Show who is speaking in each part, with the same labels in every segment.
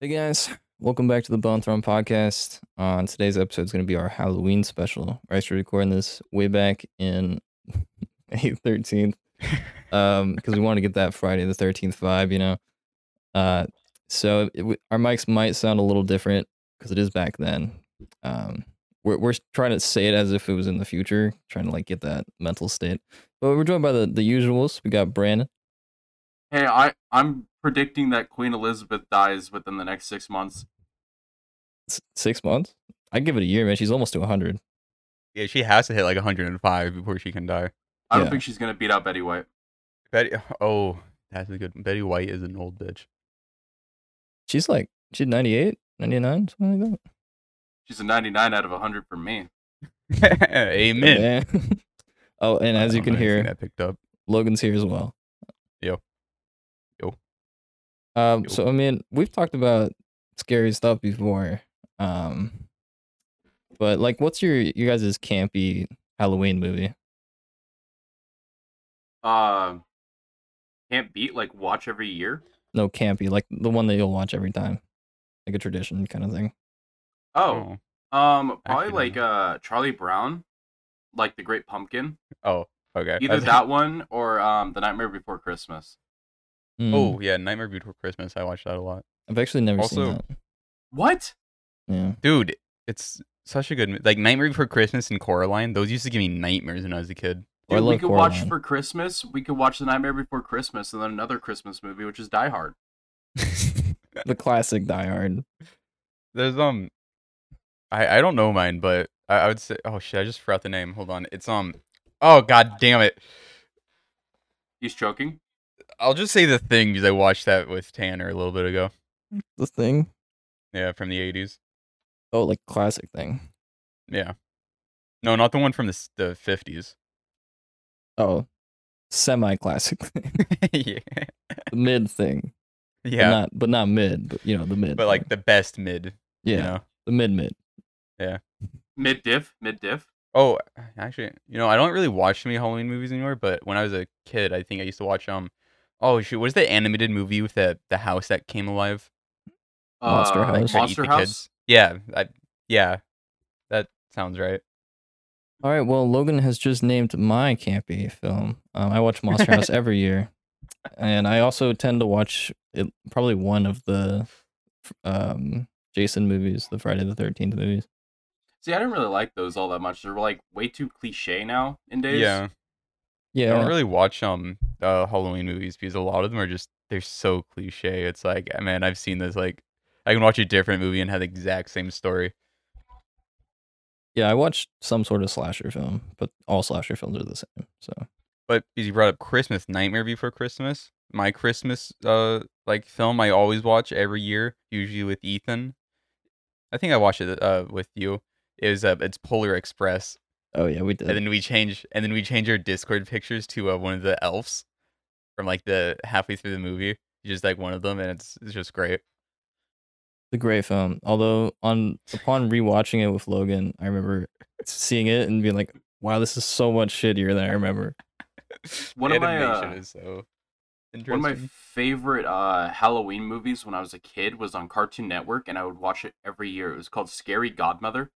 Speaker 1: Hey guys, welcome back to the Bone Throne Podcast. On today's episode is going to be our Halloween special. We're actually recording this way back in May 13th um, because we want to get that Friday the 13th vibe, you know. Uh, so it, we, our mics might sound a little different because it is back then. Um, we're, we're trying to say it as if it was in the future, trying to like get that mental state. But we're joined by the, the usuals. We got Brandon.
Speaker 2: Hey, I I'm predicting that Queen Elizabeth dies within the next six months.
Speaker 1: S- six months. I'd give it a year, man. She's almost to 100.
Speaker 3: Yeah, she has to hit like 105 before she can die.
Speaker 2: I don't
Speaker 1: Yeah.
Speaker 2: think she's gonna beat out Betty White.
Speaker 3: Betty, oh, that's a good. Betty White is an old bitch.
Speaker 1: She's like, she's 98, 99, something like that.
Speaker 2: She's a 99 out of 100 for me.
Speaker 3: Amen.
Speaker 1: Man. oh, and as
Speaker 3: I
Speaker 1: you
Speaker 3: don't
Speaker 1: can
Speaker 3: know, I seen
Speaker 1: hear,
Speaker 3: that picked up.
Speaker 1: Logan's here as well.
Speaker 3: Yo. Yo.
Speaker 1: Um,
Speaker 3: Yo.
Speaker 1: So, I mean, we've talked about scary stuff before. Um, but, like, what's your, you guys' campy Halloween movie?
Speaker 2: Uh, can't beat like watch every year.
Speaker 1: No, campy, like the one that you'll watch every time, like a tradition kind of thing.
Speaker 2: Oh, um, probably
Speaker 3: actually
Speaker 2: like uh Charlie Brown, like The Great Pumpkin.
Speaker 3: Oh, okay.
Speaker 2: Either
Speaker 3: That's-
Speaker 2: that one or um The Nightmare Before Christmas.
Speaker 1: Hmm,
Speaker 3: Oh yeah, Nightmare Before Christmas. I watched that a lot,
Speaker 1: I've actually never seen
Speaker 3: also-
Speaker 1: that.
Speaker 2: What?
Speaker 1: Yeah. dude.
Speaker 3: dude. It's such a good mo- like Nightmare Before Christmas and Coraline. Those used to give me nightmares when I was a kid.
Speaker 1: Oh, I
Speaker 2: Dude, we
Speaker 1: love
Speaker 2: could watch
Speaker 1: Coraline.
Speaker 2: for Christmas. We could watch The Nightmare Before Christmas and then another Christmas movie, which is Die Hard.
Speaker 1: The classic Die Hard.
Speaker 3: There's um, I I don't know mine, but I, I would say oh shit, I just forgot the name. Hold on, it's um, oh god damn it.
Speaker 2: He's choking.
Speaker 3: I'll just say the thing because I watched that with Tanner a little bit ago.
Speaker 1: The thing.
Speaker 3: Yeah, from the eighties.
Speaker 1: Oh, like classic thing.
Speaker 3: Yeah. No, not the one from the s- the fifties.
Speaker 1: Oh, semi classic thing.
Speaker 3: yeah.
Speaker 1: the mid thing. But
Speaker 3: Yeah.
Speaker 1: Not, but not mid, but you know, the mid.
Speaker 3: But like
Speaker 1: thing.
Speaker 3: the best mid.
Speaker 1: yeah,
Speaker 3: You know?
Speaker 1: the mid mid.
Speaker 2: Mid diff. Mid diff.
Speaker 3: Oh, actually, you know, I don't really watch too many Halloween movies anymore. But when I was a kid, I think I used to watch um. Oh shoot! What is that animated movie with the the house that came alive?
Speaker 1: Monster House.
Speaker 3: Try to eat
Speaker 2: Uh, Oh, Monster
Speaker 3: the
Speaker 2: House.
Speaker 3: kids? Yeah. I, yeah. That sounds right.
Speaker 1: All right. Well, Logan has just named my campy film. Um, I watch Monster House every year, and I also tend to watch it, probably one of the um, Jason movies, the Friday the Thirteenth movies.
Speaker 2: See, I didn't really like those all that much. They're like way too cliche now in days.
Speaker 3: Yeah.
Speaker 1: Yeah.
Speaker 3: I don't Oh, really watch um uh, Halloween movies because a lot of them are just they're so cliche. It's like "Eh, man, I've seen this like I can watch a different movie and have the exact same story.
Speaker 1: yeah. I watched some sort of slasher film, but all slasher films are the same. So
Speaker 3: But because you brought up Christmas Nightmare Before Christmas, my Christmas uh like film I always watch every year, usually with Ethan. I think I watched it uh with you. Is uh it's Polar Express,
Speaker 1: oh yeah, we did.
Speaker 3: and then we change and then we change our Discord pictures to uh, one of the elves from like the halfway through the movie, just like one of them, and it's it's just great.
Speaker 1: It's a great film. Although on upon rewatching it with Logan, I remember seeing it and being like, "Wow, this is so much shittier than I remember."
Speaker 2: One
Speaker 3: The
Speaker 2: of my,
Speaker 3: animation
Speaker 2: uh,
Speaker 3: is so
Speaker 2: One
Speaker 3: interesting.
Speaker 2: of my favorite uh, Halloween movies when I was a kid was on Cartoon Network, and I would watch it every year. It was called Scary Godmother,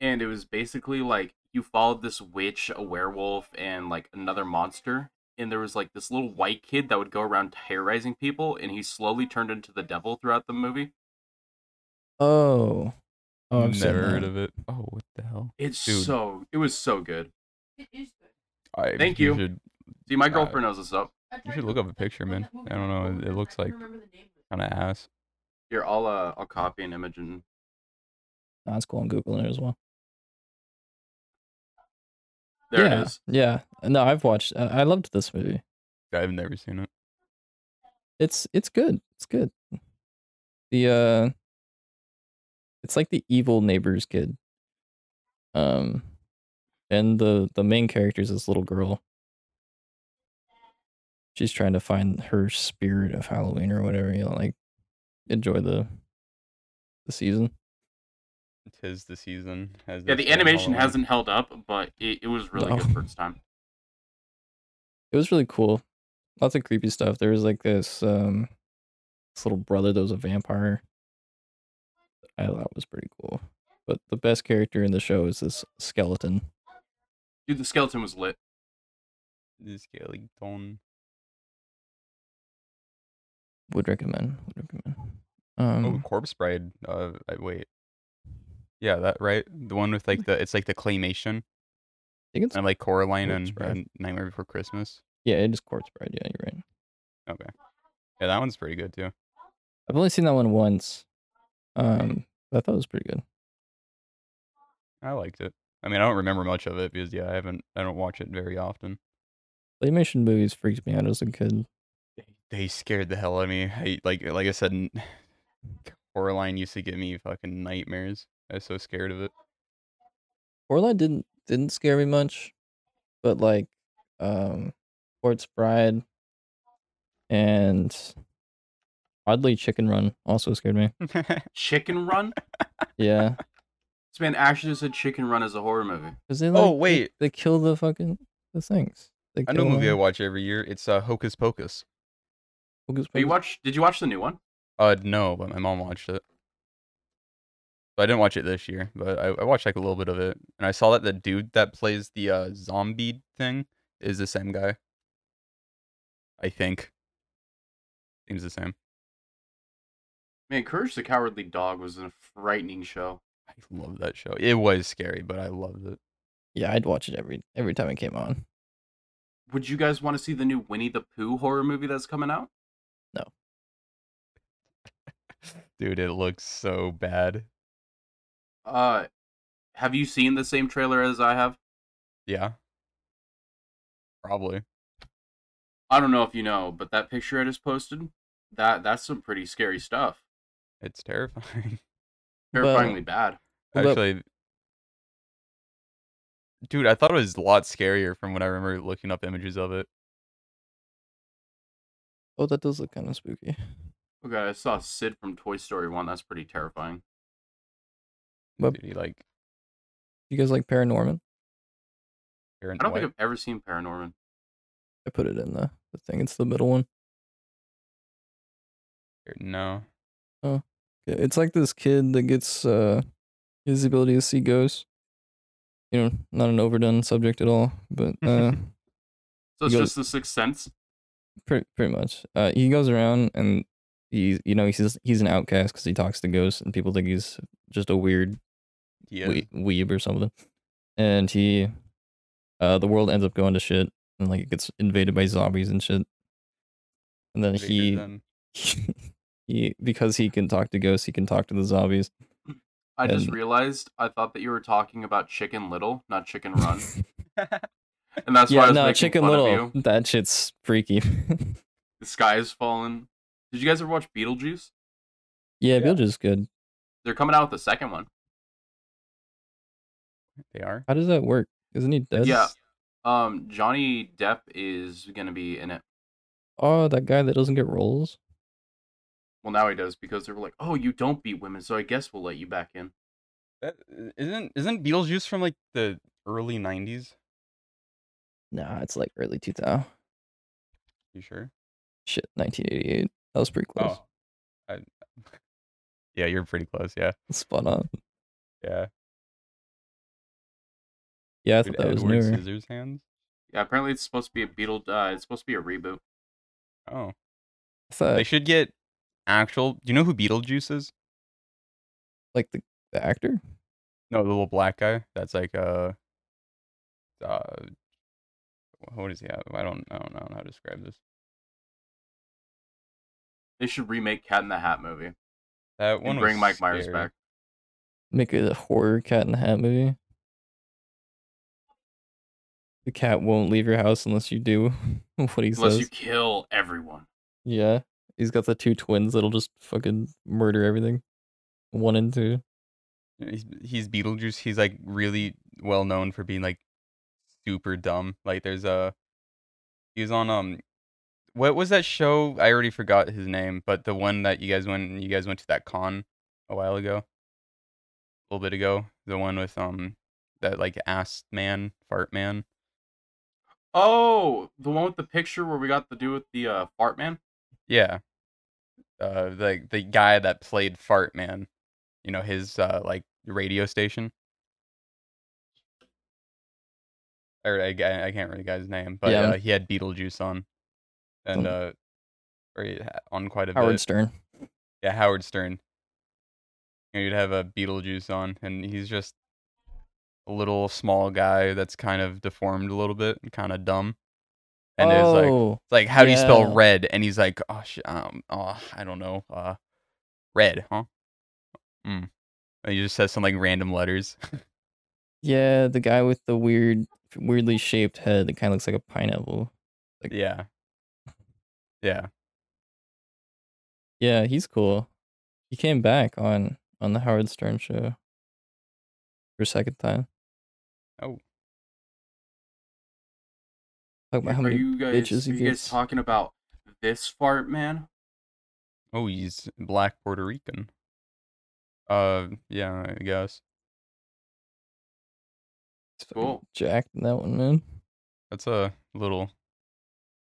Speaker 2: and it was basically like you followed this witch, a werewolf, and like another monster. And there was like this little white kid that would go around terrorizing people, and he slowly turned into the devil throughout the movie.
Speaker 1: Oh, oh, I've seen
Speaker 3: never heard
Speaker 1: that.
Speaker 3: of it. Oh, what the hell?
Speaker 2: It's
Speaker 3: Dude.
Speaker 2: so it was so good.
Speaker 4: It is good.
Speaker 3: I,
Speaker 2: Thank you.
Speaker 3: Should,
Speaker 2: See, my
Speaker 3: Uh,
Speaker 2: girlfriend knows this up.
Speaker 4: I
Speaker 3: you
Speaker 4: tried
Speaker 3: should
Speaker 4: to
Speaker 3: look up a picture,
Speaker 4: on
Speaker 3: man.
Speaker 4: that movie
Speaker 3: I don't know.
Speaker 4: over
Speaker 3: It, it
Speaker 4: and
Speaker 3: looks
Speaker 4: I
Speaker 3: like
Speaker 4: can't remember the name of it.
Speaker 3: kind of ass.
Speaker 2: Here, I'll uh, I'll copy an image and
Speaker 1: Nah, it's cool. I'm googling it as well.
Speaker 2: there
Speaker 1: yeah,
Speaker 2: it is.
Speaker 1: Yeah, no, I've watched. I, I loved this movie.
Speaker 3: I've never seen it.
Speaker 1: It's it's good. It's good. The uh, it's like the evil neighbor's kid. Um, and the the main character is this little girl. She's trying to find her spirit of Halloween or whatever. You know, like enjoy the the season.
Speaker 3: Tis the season. As
Speaker 2: Yeah, the
Speaker 3: they say on
Speaker 2: animation
Speaker 3: Halloween.
Speaker 2: hasn't held up, but it, it was really
Speaker 1: No.
Speaker 3: Oh.
Speaker 2: good for its time.
Speaker 1: It was really cool. Lots of creepy stuff. There was like this um this little brother that was a vampire. I thought was pretty cool. But the best character in the show is this skeleton.
Speaker 2: Dude, the skeleton was lit.
Speaker 3: This skeleton.
Speaker 1: Would recommend. Would recommend. Um,
Speaker 3: Oh, Corpse Bride. Uh, I- wait. Yeah, that right. The one with like the it's like the claymation
Speaker 1: I think it's
Speaker 3: and like Coraline
Speaker 1: Corpse
Speaker 3: and,
Speaker 1: Bride.
Speaker 3: and Nightmare Before Christmas.
Speaker 1: yeah, it is Corpse Bride. Yeah, you're right.
Speaker 3: Okay. Yeah, that one's pretty good too.
Speaker 1: I've only seen that one once. Um, but I thought it was pretty good.
Speaker 3: I liked it. I mean, I don't remember much of it because yeah, I haven't. I don't watch it very often.
Speaker 1: Claymation movies freaked me out as a kid.
Speaker 3: They, they scared the hell out of me. I, like like I said, n- Coraline used to give me fucking nightmares. I was so scared of it.
Speaker 1: Coraline didn't didn't scare me much, but like, um, Quartz Bride and oddly Chicken Run also scared me.
Speaker 2: Chicken Run?
Speaker 1: Yeah,
Speaker 2: This man actually just said Chicken Run is a horror movie.
Speaker 1: because they like,
Speaker 3: oh
Speaker 1: they-
Speaker 3: wait,
Speaker 1: they, kill the fucking the things. They
Speaker 3: I know a
Speaker 1: kill
Speaker 3: movie I
Speaker 1: them.
Speaker 3: watch every year. It's uh, Hocus Pocus.
Speaker 1: Hocus
Speaker 2: But you
Speaker 1: Pocus.
Speaker 2: watch? Did you watch the new one?
Speaker 3: Uh, no, but my mom watched it. But I didn't watch it this year, but I, I watched like a little bit of it, and I saw that the dude that plays the uh, zombie thing is the same guy. I think. Seems the same.
Speaker 2: Man, Courage the Cowardly Dog was a frightening show.
Speaker 3: I love that show. It was scary, but I loved it.
Speaker 1: Yeah, I'd watch it every every time it came on.
Speaker 2: Would you guys want to see the new Winnie the Pooh horror movie that's coming out?
Speaker 3: Dude, it looks so bad.
Speaker 2: Uh, have you seen the same trailer as I have?
Speaker 3: Yeah. Probably.
Speaker 2: I don't know if you know, but that picture I just posted, that that's some pretty scary stuff.
Speaker 3: It's terrifying.
Speaker 1: But-
Speaker 2: Terrifyingly bad.
Speaker 1: What about-
Speaker 3: Actually, dude, I thought it was a lot scarier from what I remember looking up images of it.
Speaker 1: Oh, that does look kind of spooky.
Speaker 2: Okay, Oh I saw Sid from Toy Story 1. That's pretty terrifying.
Speaker 1: What-
Speaker 3: Dude, he, like,
Speaker 1: You guys like Paranorman?
Speaker 3: Aaron
Speaker 2: I don't
Speaker 3: White-
Speaker 2: think I've ever seen Paranorman.
Speaker 1: I put it in the, the thing. It's the middle one.
Speaker 3: Aaron- No.
Speaker 1: Yeah, It's like this kid that gets uh his ability to see ghosts. You know, not an overdone subject at all, but uh
Speaker 2: So it's
Speaker 1: You
Speaker 2: just The Sixth Sense?
Speaker 1: pretty pretty much. Uh he goes around and he you know, he's he's an outcast cuz he talks to ghosts and people think he's just a weird
Speaker 3: Yeah.
Speaker 1: wee- weeb or something. And he, uh, the world ends up going to shit, and like it gets invaded by zombies and shit. And then he, he, because he can talk to ghosts, he can talk to the zombies.
Speaker 2: I just
Speaker 1: And-
Speaker 2: realized I thought that you were talking about Chicken Little, not Chicken Run. And that's why I
Speaker 1: yeah,
Speaker 2: was
Speaker 1: no,
Speaker 2: making
Speaker 1: Chicken
Speaker 2: fun
Speaker 1: Little,
Speaker 2: of you.
Speaker 1: that shit's freaky.
Speaker 2: The sky has fallen. Did you guys ever watch Beetlejuice?
Speaker 1: yeah,
Speaker 3: Yeah.
Speaker 1: Bilge is good.
Speaker 2: They're coming out with the second one.
Speaker 3: they are.
Speaker 1: How does that work? Isn't he dead?
Speaker 2: Yeah. Um, Johnny Depp is gonna be in it.
Speaker 1: Oh, that guy that doesn't get rolls.
Speaker 2: Well, now he does because they were like, "Oh, you don't beat women, so I guess we'll let you back in."
Speaker 3: That, uh, isn't isn't Beetlejuice from like the early '90s?
Speaker 1: Nah, it's like early 2000.
Speaker 3: You sure?
Speaker 1: Shit, 1988. That was pretty close.
Speaker 3: Oh, I, yeah, you're pretty close. Yeah,
Speaker 1: Spot on.
Speaker 3: yeah.
Speaker 1: Yeah, I
Speaker 3: Dude,
Speaker 1: thought that was
Speaker 3: Edward
Speaker 1: newer.
Speaker 3: Scissors hands.
Speaker 2: Yeah, apparently it's supposed to be a Beetle. Uh, it's supposed to be a reboot.
Speaker 3: Oh,
Speaker 1: I
Speaker 2: Uh,
Speaker 1: thought,
Speaker 3: they should get actual. Do you know who Beetlejuice is?
Speaker 1: like the, the actor?
Speaker 3: No, the little black guy. That's like uh, uh, what is he? I I don't, I don't know how to describe this.
Speaker 2: They should remake Cat in the Hat movie
Speaker 3: That one
Speaker 2: and
Speaker 3: was
Speaker 2: bring Mike Myers
Speaker 3: scary.
Speaker 2: back.
Speaker 1: make it a horror cat in the hat movie. The cat won't leave your house unless you do what he
Speaker 2: Unless
Speaker 1: says.
Speaker 2: you kill everyone.
Speaker 1: Yeah. He's got the two twins that'll just fucking murder everything. One and two.
Speaker 3: He's, he's Beetlejuice. He's like really well known for being like super dumb. Like there's a he was on um what was that show? I already forgot his name, but the one that you guys went you guys went to that con a while ago, a little bit ago. The one with um that like ass man, fart man.
Speaker 2: Oh, the one with the picture where we got the dude with the uh, fart man.
Speaker 3: Yeah, uh the the guy that played Fart Man, you know his uh like radio station. Or I, I I can't really guy's name, but
Speaker 1: Yeah.
Speaker 3: uh, he had Beetlejuice on, and
Speaker 1: Mm.
Speaker 3: uh, or he ha- on quite a
Speaker 1: Howard
Speaker 3: bit.
Speaker 1: Stern.
Speaker 3: Yeah, Howard Stern. You know, you'd have a Beetlejuice on, and he's just a little small guy that's kind of deformed a little bit and kind of dumb. And it's like, it's
Speaker 1: oh,
Speaker 3: like, how do you spell
Speaker 1: yeah.
Speaker 3: red? And he's like, oh, sh- um, oh, I don't know, uh, red, huh? Mm. And he just says some like random letters.
Speaker 1: yeah, the guy with the weird, weirdly shaped head that kind of looks like a pineapple. Like-
Speaker 3: yeah, yeah,
Speaker 1: Yeah, he's cool. He came back on on the Howard Stern show for a second time.
Speaker 3: Oh.
Speaker 1: Talk about how
Speaker 2: Are
Speaker 1: many
Speaker 2: you guys
Speaker 1: bitches
Speaker 2: are
Speaker 1: he
Speaker 2: you guys
Speaker 1: gets.
Speaker 2: talking about this fart man?
Speaker 3: Oh, he's black Puerto Rican. Uh, yeah, I guess
Speaker 1: he's fucking
Speaker 2: Cool.
Speaker 1: jacked in that one, man.
Speaker 3: that's a little.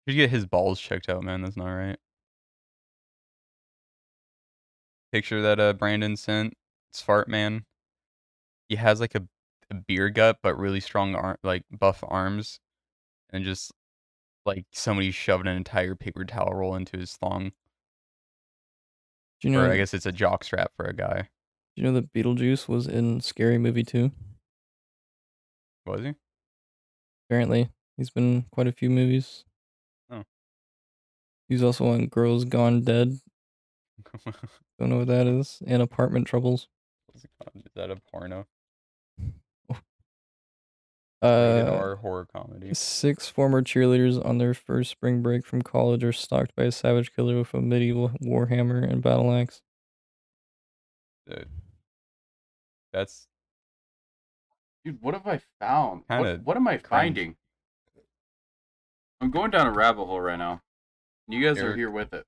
Speaker 3: You should get his balls checked out, man. That's not right. Picture that uh Brandon sent. It's fart man. He has like a, a beer gut, but really strong arm, like buff arms, and just like somebody shoved an entire paper towel roll into his thong.
Speaker 1: Do you know?
Speaker 3: Or I guess it's a jock strap for a guy.
Speaker 1: do you know that Beetlejuice was in Scary Movie too?
Speaker 3: Was he?
Speaker 1: Apparently, he's been in quite a few movies.
Speaker 3: Oh.
Speaker 1: He's also on Girls Gone Dead. Don't know what that is. And Apartment Troubles.
Speaker 3: What's it called? Is that a porno? Rated
Speaker 1: Uh,
Speaker 3: R horror comedy.
Speaker 1: Six former cheerleaders on their first spring break from college are stalked by a savage killer with a medieval warhammer and battle axe.
Speaker 3: Dude. That's
Speaker 2: Dude, what have I found? What-
Speaker 3: Kinda
Speaker 2: What, am I
Speaker 3: cringe.
Speaker 2: finding? I'm going down a rabbit hole right now. You guys are
Speaker 3: Eric.
Speaker 2: here with it.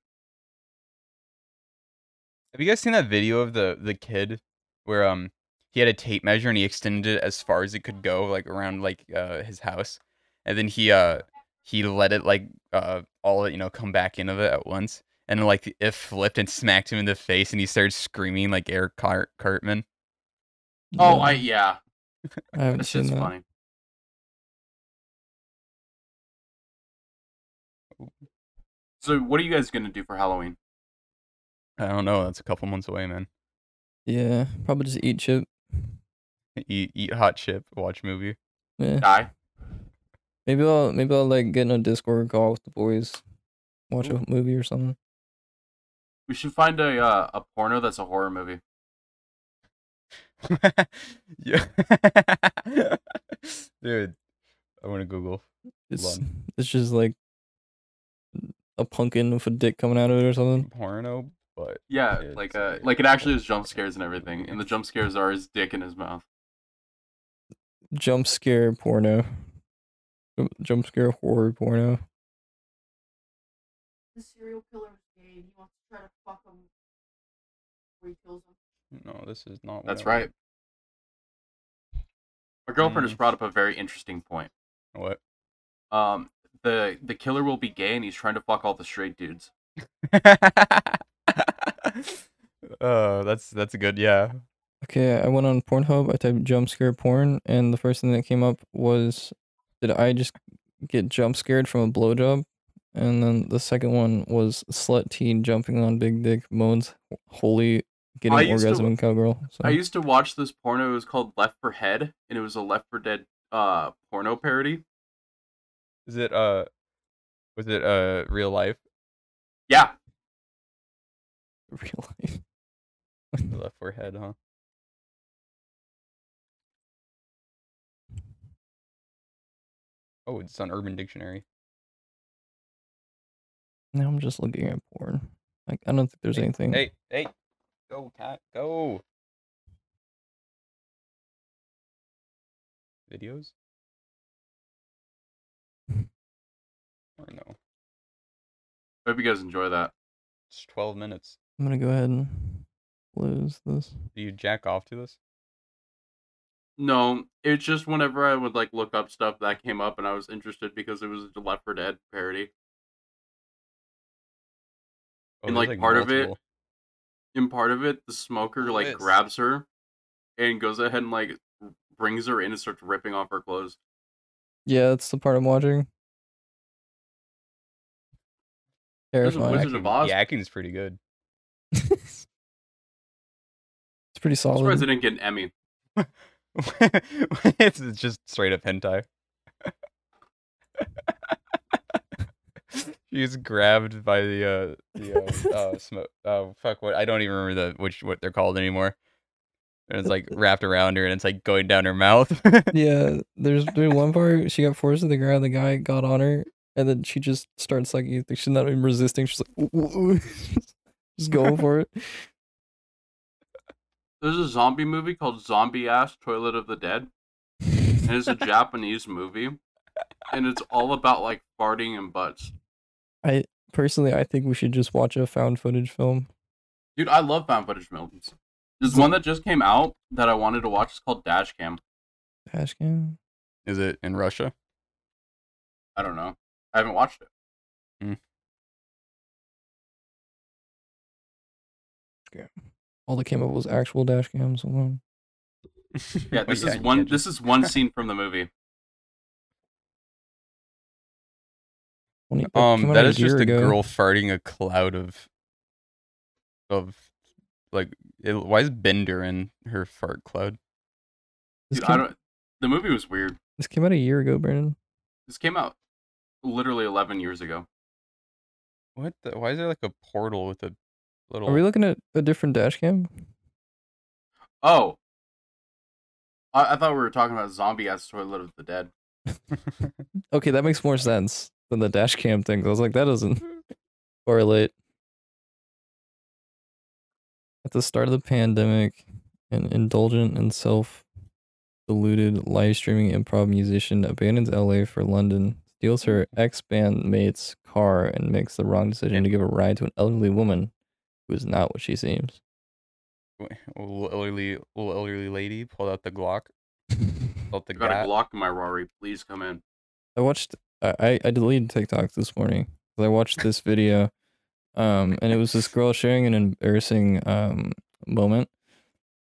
Speaker 3: Have you guys seen that video of the the kid where um he had a tape measure and he extended it as far as it could go, like around like uh his house, and then he uh he let it like uh all you know come back into it at once, and then, like it flipped and smacked him in the face, and he started screaming like Eric Cart- Cartman.
Speaker 2: Oh,
Speaker 1: Yeah,
Speaker 2: I yeah.
Speaker 1: I haven't
Speaker 2: That
Speaker 1: seen
Speaker 2: shit's
Speaker 1: that.
Speaker 2: funny. Oh. So, what are you guys gonna do for Halloween?
Speaker 3: I don't know. That's a couple months away, man.
Speaker 1: Yeah, probably just eat chip.
Speaker 3: Eat E-, eat hot chip, watch movie.
Speaker 1: Yeah.
Speaker 2: Die.
Speaker 1: Maybe I'll maybe I'll like get in a Discord call with the boys, watch a movie or something.
Speaker 2: We should find a uh, a porno that's a horror movie.
Speaker 3: yeah, dude. I want to Google.
Speaker 1: It's it's just like a pumpkin with a dick coming out of it or
Speaker 2: Mm.
Speaker 1: something.
Speaker 3: porno, but
Speaker 2: Yeah,
Speaker 3: It's
Speaker 2: like uh,
Speaker 3: a
Speaker 2: like it actually is jump
Speaker 3: horror
Speaker 2: scares and everything, and the jump scares are his dick in his mouth.
Speaker 1: Jump scare porno. Jump- Jump scare horror porno.
Speaker 4: the serial killer is gay and he wants to try to fuck him before he kills him.
Speaker 3: no, this is not. what
Speaker 2: That's
Speaker 3: I
Speaker 2: right. My girlfriend
Speaker 3: Mm.
Speaker 2: has brought up a very interesting point.
Speaker 3: want. What?
Speaker 2: Um, the the killer will be gay, and he's trying to fuck all the straight dudes.
Speaker 3: Oh, that's that's a good yeah.
Speaker 1: Okay, I went on Pornhub. I typed jump scare porn, and the first thing that came up was, did I just get jump scared from a blowjob? And then the second one was slut teen jumping on big dick moans holy getting
Speaker 2: I used to-
Speaker 1: orgasm and cowgirl. So
Speaker 2: I used to watch this porno. It was called Left for Head, and it was a Left for Dead uh porno parody.
Speaker 3: Is it uh, was it uh real life?
Speaker 2: Yeah,
Speaker 1: real life.
Speaker 3: The left forehead, huh? Oh, it's on Urban Dictionary.
Speaker 1: Now I'm just looking at porn. Like I don't think there's anything.
Speaker 3: Hey, hey, go cat, go. Videos? Or no,
Speaker 2: hope you guys enjoy that.
Speaker 3: it's twelve minutes.
Speaker 1: I'm gonna go ahead and close this.
Speaker 3: Do you jack off to this?
Speaker 2: No, it's just whenever I would like look up stuff that came up, and I was interested because it was a Left for Dead parody.
Speaker 3: Oh,
Speaker 2: And,
Speaker 3: there's,
Speaker 2: like, part of it-
Speaker 3: multiple.
Speaker 2: in part of it, the smoker
Speaker 5: Who
Speaker 2: like
Speaker 5: is?
Speaker 2: grabs her and goes ahead and like brings her in and starts ripping off her clothes.
Speaker 1: Yeah, that's the part I'm watching.
Speaker 2: There's
Speaker 3: Oh,
Speaker 2: a
Speaker 1: Terrifying.
Speaker 2: Wizard of Oz.
Speaker 3: The acting's pretty good.
Speaker 1: it's pretty
Speaker 2: I'm surprised they
Speaker 1: solid.
Speaker 2: didn't get an Emmy.
Speaker 3: it's just straight up hentai. She's grabbed by the uh the uh, uh smoke. Oh fuck! What I don't even remember the which what they're called anymore. And it's like wrapped around her, and it's like going down her mouth.
Speaker 1: Yeah, there's there's one part she got forced to the ground. The guy got on her, and then she just starts like you think she's not even resisting. She's like, just going for it.
Speaker 2: There's a zombie movie called Zombie Ass Toilet of the Dead, and it's a Japanese movie, and it's all about like farting and butts.
Speaker 1: Personally, I think we should just watch a found footage film.
Speaker 2: Dude, I love found footage films. There's one that just came out that I wanted to watch. It's called Dashcam.
Speaker 1: Dash cam.
Speaker 3: Is it in Russia?
Speaker 2: I don't know. I haven't watched it.
Speaker 1: All that came up was actual dash cams alone.
Speaker 2: Yeah,
Speaker 3: Wait,
Speaker 2: this
Speaker 3: I
Speaker 2: is
Speaker 3: can
Speaker 2: one.
Speaker 3: catch it.
Speaker 2: This is one scene from the movie.
Speaker 1: When it- it came
Speaker 3: Um,
Speaker 1: out
Speaker 3: that
Speaker 1: a
Speaker 3: is just
Speaker 1: year
Speaker 3: a
Speaker 1: ago.
Speaker 3: girl farting a cloud of, of, like, it, why is Bender in her fart cloud?
Speaker 1: This
Speaker 2: Dude, I
Speaker 1: came,
Speaker 2: don't. The movie was weird.
Speaker 1: this came out a year ago, Brandon.
Speaker 2: This came out literally 11 years ago.
Speaker 3: What? The, why is there like a portal with a little?
Speaker 1: Are we looking at a different dash cam?
Speaker 2: Oh, I, I thought we were talking about zombie ass toilet of the dead.
Speaker 1: Okay, that makes more sense than the dash cam thing. I was like, that doesn't correlate. At the start of the pandemic, an indulgent and self deluded live streaming improv musician abandons LA for London, steals her ex bandmate's car, and makes the wrong decision to give a ride to an elderly woman who is not what she seems.
Speaker 3: A little elderly, little elderly lady pulled out the Glock. Pulled the
Speaker 2: I got
Speaker 3: gat.
Speaker 2: a Glock in my Rory. Please come in.
Speaker 1: I watched. I I- I deleted TikTok this morning 'cause I watched this video, um, and it was this girl sharing an embarrassing um moment,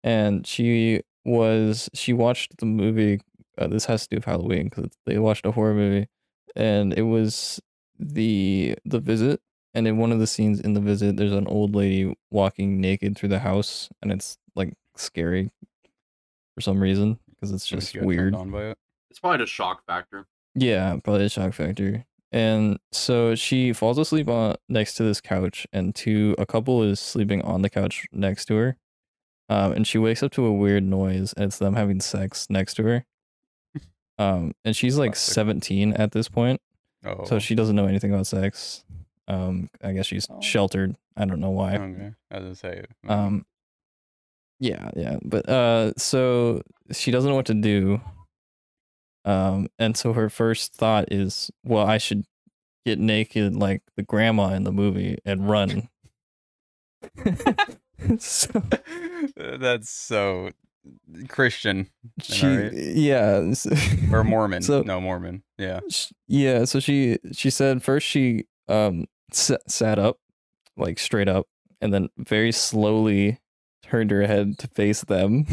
Speaker 1: and she was she watched the movie. Uh, this has to do with Halloween because they watched a horror movie, and it was the the visit. And in one of the scenes in the visit, there's an old lady walking naked through the house, and it's like scary for some reason because it's
Speaker 3: Somebody
Speaker 1: just
Speaker 3: got turned
Speaker 1: weird.
Speaker 3: On by it.
Speaker 2: It's probably just shock factor.
Speaker 1: Yeah, probably a shock factor. And so she falls asleep on next to this couch, and two a couple is sleeping on the couch next to her. Um, and she wakes up to a weird noise, and it's them having sex next to her. Um, and she's like
Speaker 3: Classic.
Speaker 1: seventeen at this point,
Speaker 3: Oh.
Speaker 1: so she doesn't know anything about sex. Um, I guess she's
Speaker 3: Oh.
Speaker 1: sheltered. I don't know why.
Speaker 3: Okay. I was gonna say. mm,
Speaker 1: Um yeah, yeah. But uh so she doesn't know what to do. Um and so her first thought is, well, I should get naked like the grandma in the movie and run. so
Speaker 3: That's so Christian
Speaker 1: she
Speaker 3: right?
Speaker 1: yeah. s-
Speaker 3: or Mormon.
Speaker 1: So-
Speaker 3: no Mormon. Yeah.
Speaker 1: sh- yeah so she she said first she um s- sat up like straight up and then very slowly turned her head to face them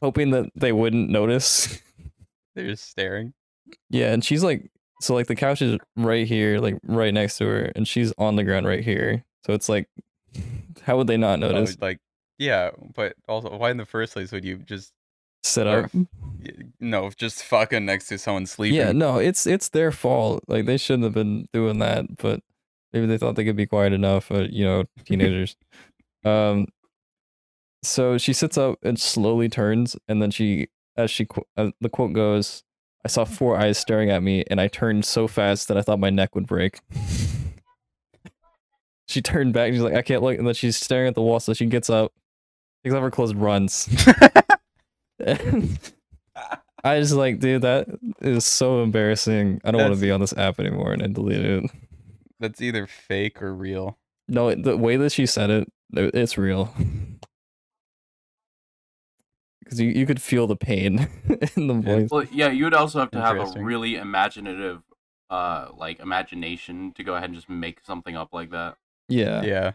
Speaker 1: hoping that they wouldn't notice
Speaker 3: They're just staring.
Speaker 1: yeah and she's like so like the couch is right here like right next to her and she's on the ground right here so it's like how would they not
Speaker 3: I
Speaker 1: notice
Speaker 3: would, Oh, like, yeah, but also, why in the first place would you just
Speaker 1: sit
Speaker 3: or-
Speaker 1: up
Speaker 3: y- no just fucking next to someone sleeping?
Speaker 1: yeah no it's it's their fault like they shouldn't have been doing that but maybe they thought they could be quiet enough but you know teenagers um so she sits up and slowly turns and then she as she qu- uh, the quote goes i saw four eyes staring at me and i turned so fast that i thought my neck would break she turned back and she's like i can't look and then she's staring at the wall so she gets up takes off her clothes and runs And I just like, dude, that is so embarrassing. I don't want
Speaker 3: That's-
Speaker 1: to be on this app anymore, and I deleted it.
Speaker 3: That's either fake or real.
Speaker 1: No, the way that she said it, it- it's real. Because you, you could feel the pain in the
Speaker 3: Yeah.
Speaker 1: voice.
Speaker 2: Well, yeah, you would also have to have a
Speaker 3: Interesting.
Speaker 2: really imaginative, uh, like imagination to go ahead and just make something up like that.
Speaker 1: Yeah.
Speaker 3: Yeah.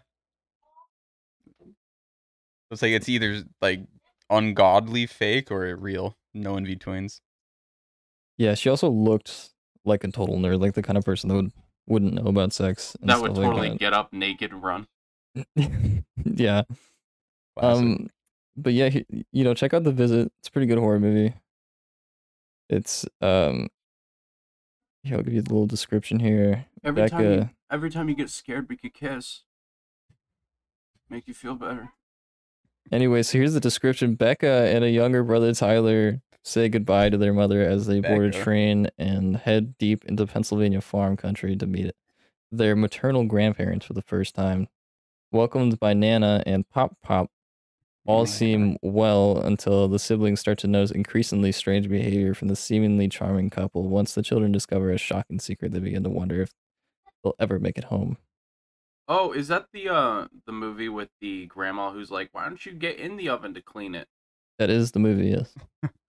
Speaker 3: It's like it's either like ungodly fake or real. No in betweens.
Speaker 1: Yeah, she also looked like a total nerd, like the kind of person that would wouldn't know about sex. And
Speaker 2: that would
Speaker 1: stuff
Speaker 2: totally
Speaker 1: like
Speaker 2: get up naked and run.
Speaker 1: that. yeah.
Speaker 3: Classic.
Speaker 1: Um, but yeah, he- you know, check out the visit. It's a pretty good horror movie. It's um, here I'll give you the little description here. uh,
Speaker 2: Every
Speaker 1: Becca,
Speaker 2: time you, every time you get scared, we could kiss. Make you feel better.
Speaker 1: Anyway, so here's the description. Becca and a younger brother Tyler say goodbye to their mother as they board a
Speaker 3: Becca.
Speaker 1: train and head deep into Pennsylvania farm country to meet their maternal grandparents for the first time. Welcomed by Nana and Pop Pop, all
Speaker 3: Nana.
Speaker 1: seem well until the siblings start to notice increasingly strange behavior from the seemingly charming couple. Once the children discover a shocking secret, they begin to wonder if they'll ever make it home.
Speaker 2: Oh, is that the uh the movie with the grandma who's like, "Why don't you get in the oven to clean it?"
Speaker 1: That is the movie, yes.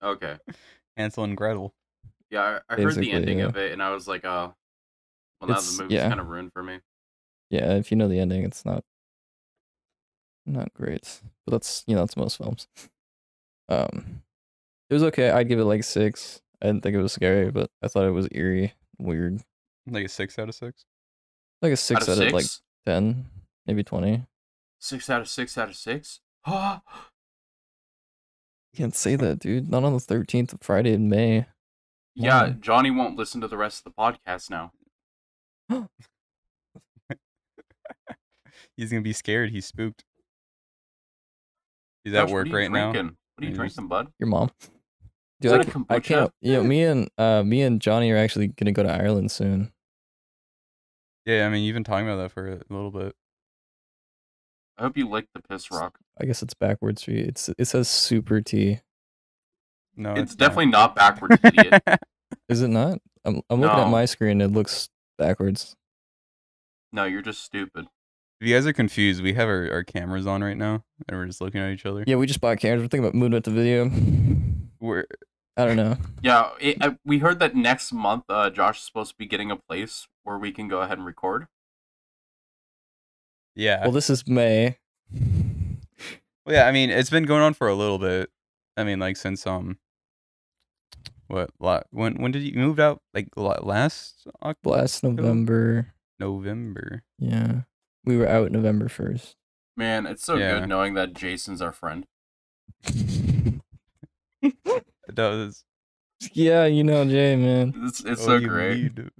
Speaker 2: Okay,
Speaker 3: Hansel and Gretel.
Speaker 2: yeah, I, I heard
Speaker 1: Basically,
Speaker 2: the ending
Speaker 1: yeah.
Speaker 2: of it, and I was like, "Oh, well, now
Speaker 1: It's-
Speaker 2: the movie's
Speaker 1: yeah.
Speaker 2: kind of ruined for me."
Speaker 1: yeah, if you know the ending, it's not not great. But that's you know, that's most films. Um it was okay. I'd give it like six. I didn't think it was scary, but I thought it was eerie, weird.
Speaker 3: Like a six out of six.
Speaker 1: Like a six
Speaker 2: out of
Speaker 1: out,
Speaker 2: six,
Speaker 1: of like ten, maybe twenty.
Speaker 2: six out of six out of six. Ah,
Speaker 1: Can't say that, dude. Not on the thirteenth Friday in May.
Speaker 2: yeah,
Speaker 1: Wow.
Speaker 2: Johnny won't listen to the rest of the podcast now.
Speaker 3: He's gonna be scared. He's spooked. He's at
Speaker 2: Josh, what
Speaker 3: work
Speaker 2: are you
Speaker 3: right
Speaker 2: drinking?
Speaker 3: now.
Speaker 2: What are you
Speaker 1: Mm-hmm.
Speaker 3: He's-
Speaker 2: drinking, bud?
Speaker 1: Your mom.
Speaker 2: Is
Speaker 1: Dude, I,
Speaker 2: that a
Speaker 1: ca- I
Speaker 2: kombucha?
Speaker 1: can't you know, me and uh me and Johnny are actually gonna go to Ireland soon.
Speaker 3: Yeah, I mean you've been talking about that for a little bit.
Speaker 2: I hope you lick the piss rock.
Speaker 1: I guess it's backwards for you. It's it says super tea. oh,
Speaker 3: No,
Speaker 2: it's
Speaker 3: not.
Speaker 2: definitely not backwards, idiot.
Speaker 1: Is it not? I'm I'm looking at
Speaker 2: No.
Speaker 1: my screen, it looks backwards.
Speaker 2: No, you're just stupid.
Speaker 3: if you guys are confused, we have our, our cameras on right now, and we're just looking at each other.
Speaker 1: Yeah, we just bought cameras. We're thinking about moving it to video.
Speaker 3: We're
Speaker 1: I don't know.
Speaker 2: Yeah, it, I, we heard that next month, uh, Josh is supposed to be getting a place where we can go ahead and record.
Speaker 3: yeah.
Speaker 1: Well, this is May.
Speaker 3: Well, yeah, I mean, it's been going on for a little bit. I mean, like since um, what? la- When when did you you moved out? Like la- last Oc-
Speaker 1: Last November.
Speaker 3: November.
Speaker 1: Yeah. We were out November 1st.
Speaker 2: Man, it's so
Speaker 3: Yeah.
Speaker 2: good knowing that Jason's our friend.
Speaker 3: It does.
Speaker 1: Yeah, you know Jay, man.
Speaker 2: It's, it's
Speaker 3: Oh,
Speaker 2: so
Speaker 3: you
Speaker 2: great.
Speaker 3: need-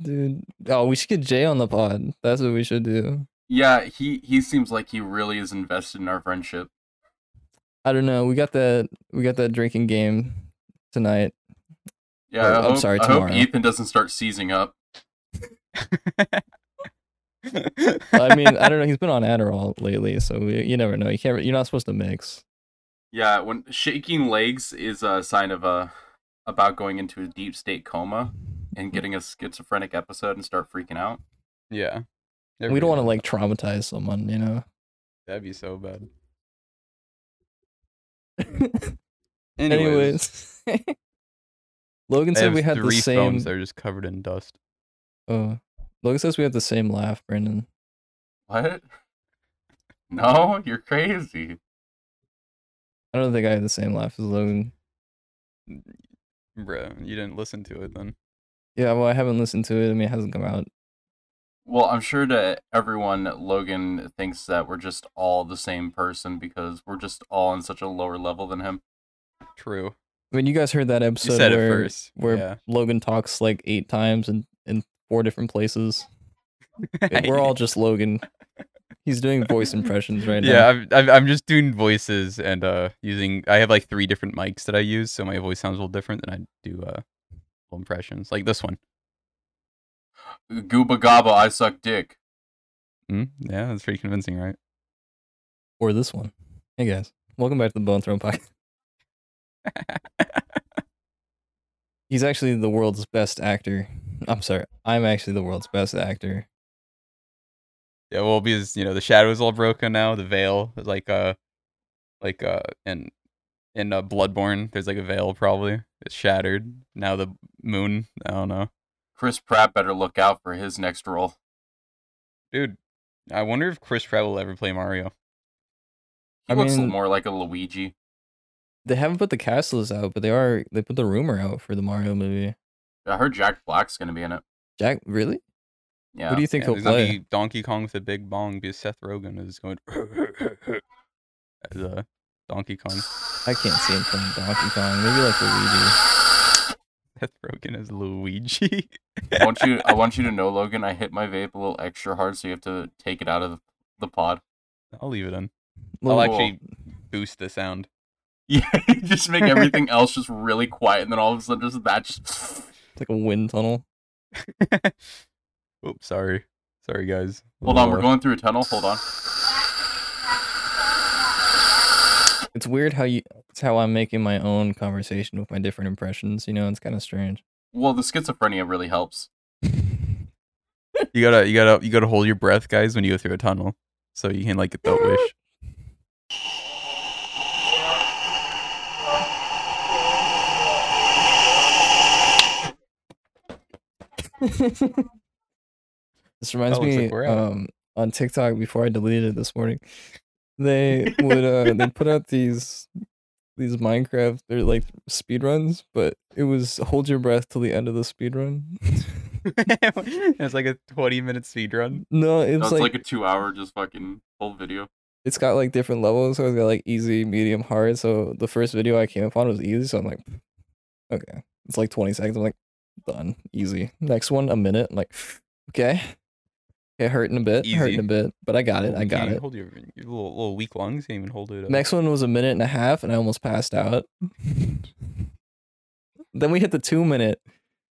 Speaker 1: Dude. Oh, we should get Jay on the pod. That's what we should do.
Speaker 2: Yeah, he he seems like he really is invested in our friendship.
Speaker 1: I don't know. We got that we got that drinking game tonight.
Speaker 2: Yeah, I
Speaker 1: Oh, I'm
Speaker 2: hope,
Speaker 1: sorry,
Speaker 2: I hope
Speaker 1: tomorrow.
Speaker 2: Ethan doesn't start seizing up.
Speaker 1: I mean, I don't know. He's been on Adderall lately, so we, you never know. You can't you're not supposed to mix.
Speaker 2: Yeah, when shaking legs is a sign of a about going into a deep state coma and getting a schizophrenic episode and start freaking out.
Speaker 3: yeah.
Speaker 1: We don't want to like traumatize someone, you know.
Speaker 3: That'd be so bad. Anyways,
Speaker 1: Anyways. Logan
Speaker 3: I
Speaker 1: said
Speaker 3: have
Speaker 1: we had the
Speaker 3: three
Speaker 1: same
Speaker 3: phones that are just covered in dust.
Speaker 1: Oh, Logan says we have the same laugh, Brendan.
Speaker 2: What? No, you're crazy.
Speaker 1: I don't think I have the same laugh as Logan.
Speaker 3: Bruh, you didn't listen to it then.
Speaker 1: Yeah, well, I haven't listened to it. I mean, it hasn't come out.
Speaker 2: Well, I'm sure to everyone, Logan thinks that we're just all the same person because we're just all on such a lower level than him.
Speaker 3: True.
Speaker 1: I mean, you guys heard that
Speaker 3: You
Speaker 1: episode
Speaker 3: said
Speaker 1: where,
Speaker 3: it first.
Speaker 1: where
Speaker 3: yeah.
Speaker 1: Logan talks like eight times in, in four different places. We're all just Logan. He's doing voice impressions right
Speaker 3: yeah, I'm, I'm I'm just doing voices and uh using I have like three different mics that I use, so my voice sounds a little different than I do uh little impressions. Like this one.
Speaker 2: Gooba Gaba, I suck dick.
Speaker 3: Mm, yeah, that's pretty convincing, right?
Speaker 1: now. Or this one. Hey, guys. Welcome back to the Bone Throne Podcast. He's actually the world's best actor. I'm sorry. I'm actually the world's best actor.
Speaker 3: Yeah, well, because you know the shadow's all broken now. The veil, is like uh, like uh, in in uh, Bloodborne, there's like a veil probably. It's shattered now. The moon, I don't know,
Speaker 2: Chris Pratt better look out for his next role.
Speaker 3: dude. I wonder if Chris Pratt will ever play Mario.
Speaker 2: He
Speaker 1: I
Speaker 2: looks
Speaker 1: mean-
Speaker 2: more like a Luigi.
Speaker 1: They haven't put the cast list out, but they are. They put the rumor out for the Mario movie.
Speaker 2: I heard Jack Black's gonna be in it.
Speaker 1: Jack, really?
Speaker 2: Yeah.
Speaker 1: Who do you think
Speaker 3: Yeah,
Speaker 1: he'll
Speaker 3: there's gonna
Speaker 1: play?
Speaker 3: be Donkey Kong with a big bong because Seth Rogen is going as uh, Donkey Kong.
Speaker 1: I can't see him playing Donkey Kong. Maybe like Luigi.
Speaker 3: Seth Rogen as Luigi.
Speaker 2: I want you. I want you to know, Logan. I hit my vape a little extra hard, so you have to take it out of the, the pod.
Speaker 3: I'll leave it in.
Speaker 1: Well,
Speaker 3: I'll
Speaker 2: Cool.
Speaker 3: actually boost the sound.
Speaker 2: Yeah, just make everything else just really quiet, and then all of a sudden, just that. Just...
Speaker 1: It's like a wind tunnel.
Speaker 3: Oops, sorry, sorry guys.
Speaker 2: Hold on, we're
Speaker 3: Uh,
Speaker 2: going through a tunnel. Hold on.
Speaker 1: It's weird how you. It's how I'm making my own conversation with my different impressions. You know, it's kind of strange.
Speaker 2: Well, the schizophrenia really helps.
Speaker 3: You gotta, you gotta, you gotta hold your breath, guys, when you go through a tunnel, so you can like get that wish.
Speaker 1: This reminds
Speaker 3: That looks Oh, like
Speaker 1: me
Speaker 3: we're out.
Speaker 1: um, on TikTok before I deleted it this morning. They would uh, they put out these these Minecraft they're like speed runs, but it was hold your breath till the end of the speed run.
Speaker 3: it's like a twenty-minute speed run.
Speaker 1: no, it's
Speaker 2: That's
Speaker 1: like,
Speaker 2: like, a two-hour just fucking whole video.
Speaker 1: it's got like different levels. So it's got like easy, medium, hard. So the first video I came upon was easy. So I'm like, okay, it's like 20 seconds. I'm like, done, easy. Next one, a minute. I'm like, okay, okay, hurting a bit, hurting
Speaker 3: Easy.
Speaker 1: a bit, but I got it. I
Speaker 3: You
Speaker 1: got
Speaker 3: can't
Speaker 1: it.
Speaker 3: Hold your, your little, little weak lungs. You can't even hold it. Up.
Speaker 1: Next one was a minute and a half, and I almost passed out. then we hit the two minute,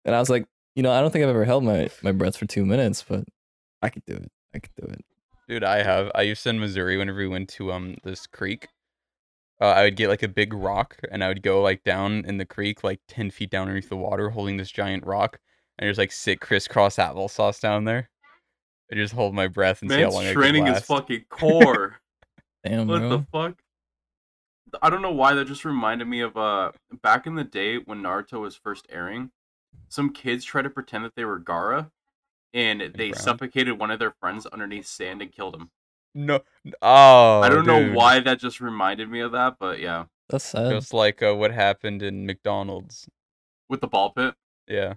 Speaker 1: and I was like, you know, I don't think I've ever held my, my breath for two minutes, but I could do it. I could do it.
Speaker 3: Dude, I have. I used to in Missouri whenever we went to um this creek. Uh, I would get like a big rock and I would go like down in the creek, like ten feet down underneath the water, holding this giant rock, and just like sit crisscross applesauce down there. I just hold my breath and see how
Speaker 2: Man's
Speaker 3: long I
Speaker 2: training
Speaker 3: can
Speaker 2: his
Speaker 3: last.
Speaker 2: fucking core.
Speaker 1: Damn,
Speaker 2: what
Speaker 1: bro.
Speaker 2: the fuck? I don't know why that just reminded me of uh back in the day when Naruto was first airing, some kids tried to pretend that they were Gara, and they
Speaker 3: Brown.
Speaker 2: suffocated one of their friends underneath sand and killed him.
Speaker 3: No, oh,
Speaker 2: I don't know
Speaker 3: dude.
Speaker 2: why that just reminded me of that, but yeah,
Speaker 1: That's sad.
Speaker 3: Just like uh, what happened in McDonald's.
Speaker 2: with the ball pit,
Speaker 3: Yeah,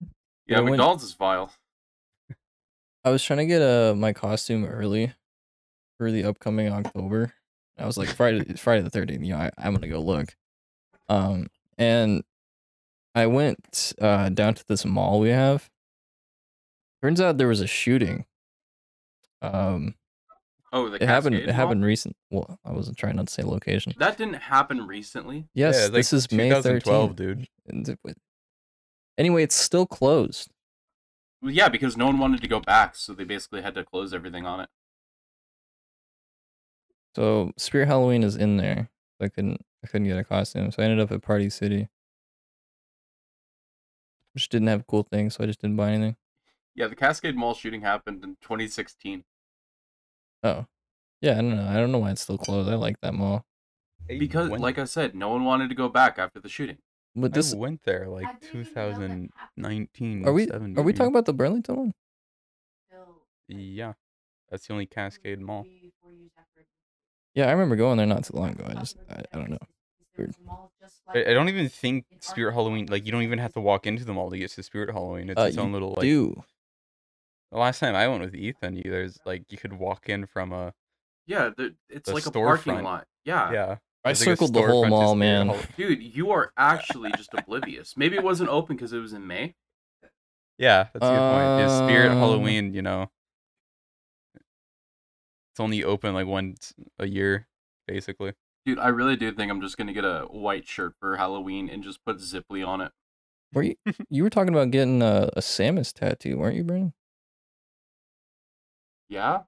Speaker 2: yeah,
Speaker 1: Yeah, when-
Speaker 2: McDonald's is vile.
Speaker 1: I was trying to get uh my costume early for the upcoming October. I was like Friday it's Friday the thirteenth, you know, I, I'm gonna go look. Um and I went uh down to this mall we have. Turns out there was a shooting. Um
Speaker 2: Oh, the
Speaker 1: it happened
Speaker 2: Cascade
Speaker 1: it
Speaker 2: Mall?
Speaker 1: happened recent well, I wasn't trying not to say location.
Speaker 2: That didn't happen recently.
Speaker 1: Yes,
Speaker 3: yeah, like
Speaker 1: this is May
Speaker 3: 2012,
Speaker 1: 13th.
Speaker 3: dude.
Speaker 1: And it was- Anyway, it's still closed.
Speaker 2: Well, yeah, because no one wanted to go back, so they basically had to close everything on it.
Speaker 1: So Spirit Halloween is in there. So I couldn't I couldn't get a costume. So I ended up at Party City. Which didn't have cool things, so I just didn't buy anything.
Speaker 2: Yeah, the Cascade Mall shooting happened in 2016.
Speaker 1: Oh. Yeah, I don't know. I don't know why it's still closed. I like that mall.
Speaker 3: I
Speaker 2: Because,
Speaker 3: went-
Speaker 2: like I said, no one wanted to go back after the shooting.
Speaker 1: But
Speaker 3: I
Speaker 1: this
Speaker 3: went there
Speaker 4: I
Speaker 3: like
Speaker 4: didn't even know that happened
Speaker 3: 2019.
Speaker 1: are we
Speaker 3: seven
Speaker 1: are we
Speaker 3: maybe.
Speaker 1: talking about the Burlington one?
Speaker 4: till, like,
Speaker 3: Yeah, that's the only Cascade Mall.
Speaker 4: three, four years after it
Speaker 1: Yeah, I remember going there not too long ago. I
Speaker 4: was
Speaker 1: just I,
Speaker 4: popular
Speaker 1: I don't know.
Speaker 4: because there was a mall just
Speaker 3: I,
Speaker 4: like
Speaker 3: I don't
Speaker 4: it
Speaker 3: even think
Speaker 4: in
Speaker 3: Spirit
Speaker 4: Arkansas.
Speaker 3: Halloween. Like you don't even have to walk into the mall to get to Spirit Halloween. It's
Speaker 1: Uh,
Speaker 3: its
Speaker 1: you
Speaker 3: own little like.
Speaker 1: Do
Speaker 3: The last time I went with Ethan, you, there's like you could walk in from a
Speaker 2: Yeah, the, it's
Speaker 3: The
Speaker 2: like a parking
Speaker 3: storefront.
Speaker 2: lot. Yeah.
Speaker 3: yeah.
Speaker 1: Ah, I
Speaker 3: there's, like, a
Speaker 1: circled the whole
Speaker 3: storefront to
Speaker 1: mall,
Speaker 3: Spirit
Speaker 1: man.
Speaker 3: Hall-
Speaker 2: Dude, you are actually just oblivious. Maybe it wasn't open because it was in May.
Speaker 3: Yeah, that's a good point. Is Spirit
Speaker 1: Um,
Speaker 3: Halloween, you know, it's only open like once a year, basically.
Speaker 2: Dude, I really do think I'm just gonna get a white shirt for Halloween and just put Zipley on it.
Speaker 1: Were you you were talking about getting a, a Samus tattoo, weren't you, Brandon?
Speaker 2: Yeah.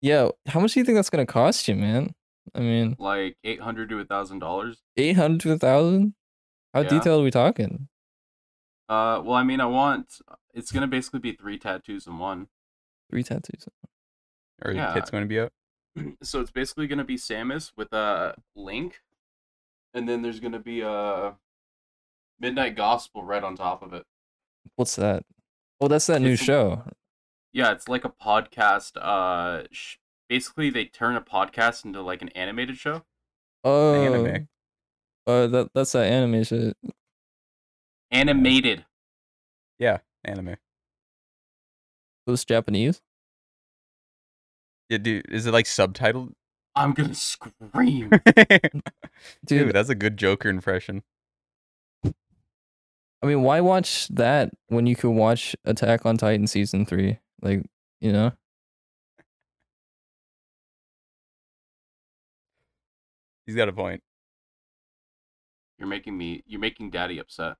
Speaker 1: Yeah. How much do you think that's gonna cost you, man? I mean,
Speaker 2: Like eight hundred to a thousand dollars.
Speaker 1: eight hundred to a thousand? How
Speaker 2: Yeah.
Speaker 1: detailed are we talking?
Speaker 2: Uh well I mean I want it's gonna basically be three tattoos in one.
Speaker 1: Three tattoos.
Speaker 3: Or
Speaker 2: Yeah.
Speaker 3: the kit's going to be out.
Speaker 2: so it's basically gonna be Samus with a uh, Link. And then there's gonna be uh Midnight Gospel right on top of it.
Speaker 1: What's that? Oh, that's that new
Speaker 2: It's-
Speaker 1: show.
Speaker 2: Yeah, it's like a podcast. Uh, sh- basically, they turn a podcast into like an animated show.
Speaker 1: Oh,
Speaker 3: anime.
Speaker 1: uh, that that's that anime shit.
Speaker 2: Animated.
Speaker 3: Anime.
Speaker 1: This Japanese.
Speaker 3: Yeah, dude, is it like subtitled?
Speaker 2: I'm gonna scream.
Speaker 3: dude,
Speaker 1: Dude,
Speaker 3: that's a good Joker impression.
Speaker 1: I mean, why watch that when you could watch Attack on Titan season three? Like, you know,
Speaker 3: He's got a point.
Speaker 2: you're making me. You're making Daddy upset.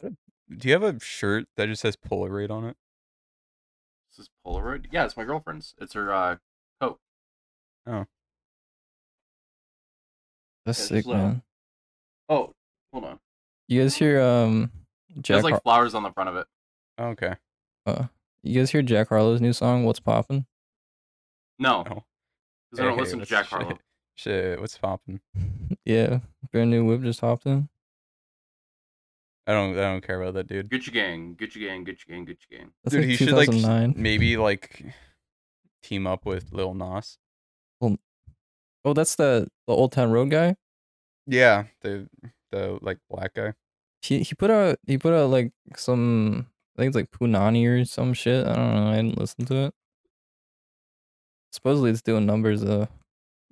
Speaker 3: Do you have a shirt that just says Polaroid on it?
Speaker 2: This is Polaroid. Yeah, it's my girlfriend's. It's her. Uh,
Speaker 1: that's
Speaker 2: Yeah,
Speaker 1: sick,
Speaker 2: slow.
Speaker 1: man.
Speaker 2: oh, hold on.
Speaker 1: You guys hear um,
Speaker 2: She
Speaker 1: Jack?
Speaker 2: has like
Speaker 1: Har-
Speaker 2: flowers on the front of it.
Speaker 3: Oh, okay.
Speaker 1: uh, you guys hear Jack Harlow's new song? What's poppin'?
Speaker 2: No,
Speaker 3: No.
Speaker 2: because I don't
Speaker 3: Oh. Hey,
Speaker 2: listen to
Speaker 3: what's-
Speaker 2: Jack Harlow.
Speaker 3: Shit, what's poppin'?
Speaker 1: yeah, brand new whip just hopped in.
Speaker 3: I don't I don't care about that dude.
Speaker 2: Gucci Gang, Gucci Gang, Gucci Gang, Gucci Gang.
Speaker 1: That's
Speaker 3: dude,
Speaker 1: like
Speaker 3: he should like
Speaker 1: 2009.
Speaker 3: maybe like team up with Lil Nas.
Speaker 1: oh, that's the the Old Town Road guy.
Speaker 3: Yeah, the the like black guy.
Speaker 1: He he put out he put out like some I think it's like Punani or some shit. I don't know. I didn't listen to it. Supposedly it's doing numbers though.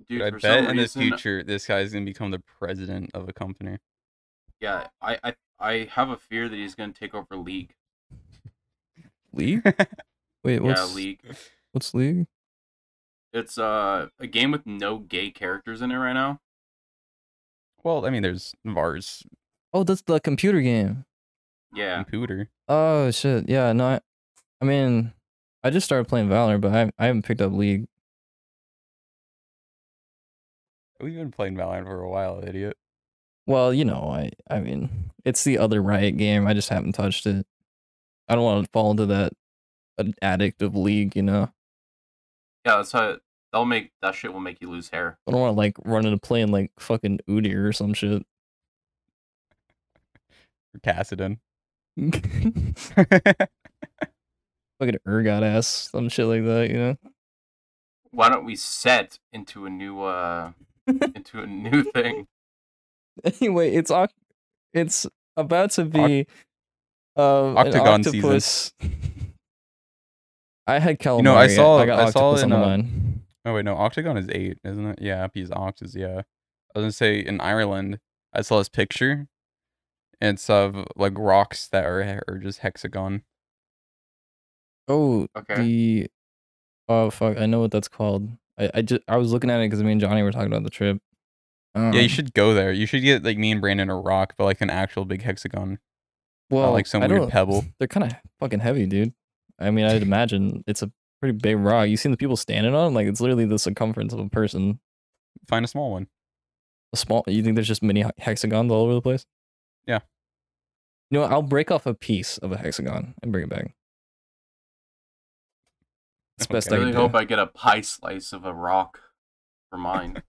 Speaker 2: Dude,
Speaker 3: I
Speaker 2: for
Speaker 3: bet
Speaker 2: some
Speaker 3: in the
Speaker 2: reason,
Speaker 3: future this guy's gonna become the president of a company.
Speaker 2: yeah, I, I, I have a fear that he's gonna take over League.
Speaker 1: League? Wait, what's
Speaker 2: yeah, League.
Speaker 1: what's league?
Speaker 2: It's uh, a game with no gay characters in it right now.
Speaker 3: Well, I mean, there's Vars
Speaker 1: Oh, that's the computer game.
Speaker 2: Yeah,
Speaker 1: Mm.
Speaker 3: computer.
Speaker 1: Oh shit. Yeah, no. I, I mean, I just started playing Valor, but I I haven't picked up League.
Speaker 3: We've been playing Valorant for a while, idiot.
Speaker 1: Well, you know, I I mean, it's the other Riot game. I just haven't touched it. I don't want to fall into that ad- addict of League, you know.
Speaker 2: yeah, that's how it, that'll make that shit will make you lose hair.
Speaker 1: I don't want to like run into playing like fucking Udyr or some shit.
Speaker 3: Or Cassidan.
Speaker 1: fucking ergot ass, some shit like that, you know.
Speaker 2: Why don't we set into a new uh, into a new thing?
Speaker 1: Anyway, it's oc- it's about to be um, an
Speaker 3: Octagon season.
Speaker 1: octopus. I had calamari.
Speaker 3: know, I saw-
Speaker 1: I got
Speaker 3: I saw
Speaker 1: octopus
Speaker 3: in,
Speaker 1: on the
Speaker 3: uh,
Speaker 1: mind.
Speaker 3: oh wait, no, Octagon is eight, isn't it? Yeah, he's Ox is yeah. I was gonna say in Ireland, I saw his picture. and It's of like rocks that are he- are just hexagon.
Speaker 1: Oh,
Speaker 2: Okay,
Speaker 1: the oh fuck, I know what that's called. I, I just I was looking at it because me and Johnny were talking about the trip.
Speaker 3: yeah, you
Speaker 1: Um,
Speaker 3: should go there. You should get like me and Brandon a rock, but like an actual big hexagon.
Speaker 1: Well,
Speaker 3: like some
Speaker 1: I
Speaker 3: weird
Speaker 1: don't-
Speaker 3: pebble.
Speaker 1: They're kind of fucking heavy, dude. I mean, I'd imagine it's a pretty big rock. You seen the people standing on? it? Like it's literally the circumference of a person.
Speaker 3: Find a small one.
Speaker 1: A small. You think there's just mini he- hexagons all over the place?
Speaker 3: Yeah.
Speaker 1: You know, what? I'll break off a piece of a hexagon and bring it back. It's best
Speaker 2: I
Speaker 3: Okay.
Speaker 1: I
Speaker 2: really
Speaker 1: can
Speaker 2: hope
Speaker 1: do.
Speaker 2: I get a pie slice of a rock for mine.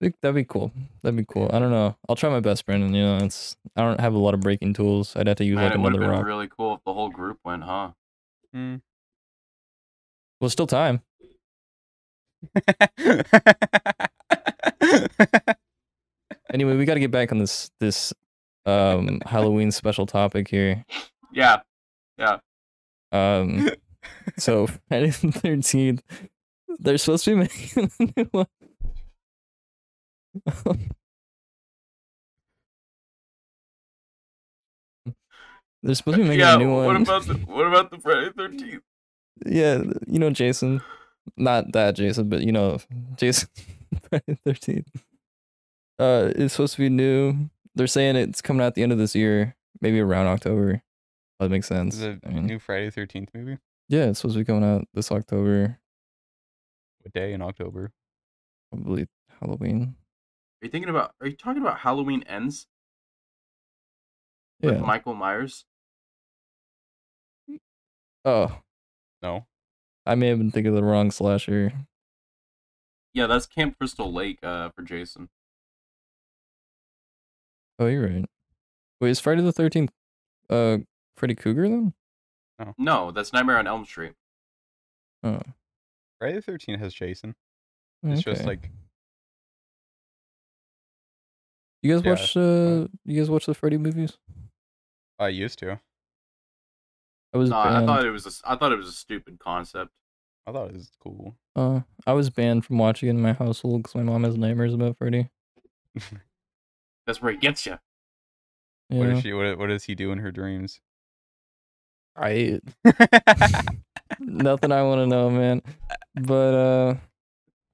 Speaker 1: Think That'd be cool. That'd be cool. I don't know. I'll try my best, Brendan. You know, it's I don't have a lot of breaking tools. I'd have to use
Speaker 2: Man,
Speaker 1: like
Speaker 2: it would have
Speaker 1: another
Speaker 2: been
Speaker 1: rock.
Speaker 2: really cool if the whole group went, huh?
Speaker 3: Mm.
Speaker 1: well, still time. Anyway, we got to get back on this this um Halloween special topic here.
Speaker 2: Yeah,
Speaker 1: Um, so Friday the thirteenth, they're supposed to be making a new one. they're supposed to be making
Speaker 2: yeah.
Speaker 1: a new
Speaker 2: What
Speaker 1: one.
Speaker 2: about the what about the Friday Thirteenth?
Speaker 1: yeah, you know Jason, not that Jason, but you know Jason Friday the thirteenth. Uh, it's supposed to be new. They're saying it's coming out the end of this year, maybe around October. That makes sense.
Speaker 3: Is it
Speaker 1: I
Speaker 3: a
Speaker 1: mean-
Speaker 3: new Friday Thirteenth movie?
Speaker 1: Yeah, it's supposed to be coming out this October,
Speaker 3: What day in October?
Speaker 1: probably Halloween.
Speaker 2: Are you thinking about? Are you talking about Halloween Ends
Speaker 1: Yeah.
Speaker 2: with Michael Myers?
Speaker 1: oh,
Speaker 3: No.
Speaker 1: I may have been thinking of the wrong slasher.
Speaker 2: Yeah, that's Camp Crystal Lake uh, for Jason.
Speaker 1: Oh, you're right. Wait, is Friday the Thirteenth, uh, Freddy Cougar then?
Speaker 2: No, that's Nightmare on Elm Street.
Speaker 3: Friday the Thirteenth has Jason. It's just
Speaker 1: Okay.
Speaker 3: like
Speaker 1: you guys
Speaker 3: yeah,
Speaker 1: watch uh you guys watch the Freddy movies?
Speaker 3: I used to.
Speaker 1: I was
Speaker 2: No, I
Speaker 1: banned-
Speaker 2: thought it was a s I thought it was a stupid concept.
Speaker 3: I thought it was cool.
Speaker 1: Uh, I was banned from watching it in my household because my mom has nightmares about Freddy.
Speaker 2: That's where he gets you.
Speaker 1: Yeah.
Speaker 3: What is she? What, what does he do in her dreams?
Speaker 1: I nothing I want to know, man. But uh,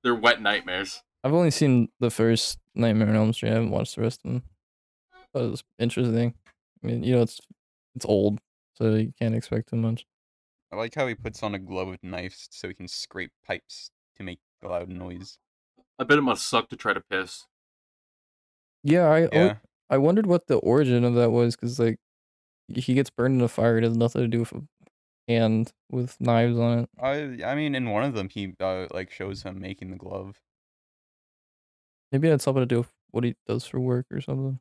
Speaker 2: They're wet nightmares.
Speaker 1: I've only seen the first Nightmare on Elm Street. I haven't watched the rest of them. But it was interesting. I mean, you know, it's it's old, so you can't expect too much.
Speaker 3: I like how he puts on a glove with knives so he can scrape pipes to make a loud noise.
Speaker 2: I bet it must suck to try to piss.
Speaker 1: Yeah, I al-
Speaker 3: Yeah.
Speaker 1: I wondered what the origin of that was because like he gets burned in a fire. It has nothing to do with a hand with knives on it.
Speaker 3: I I mean, in one of them, he uh, like shows him making the glove.
Speaker 1: Maybe it had something to do with what he does for work or something.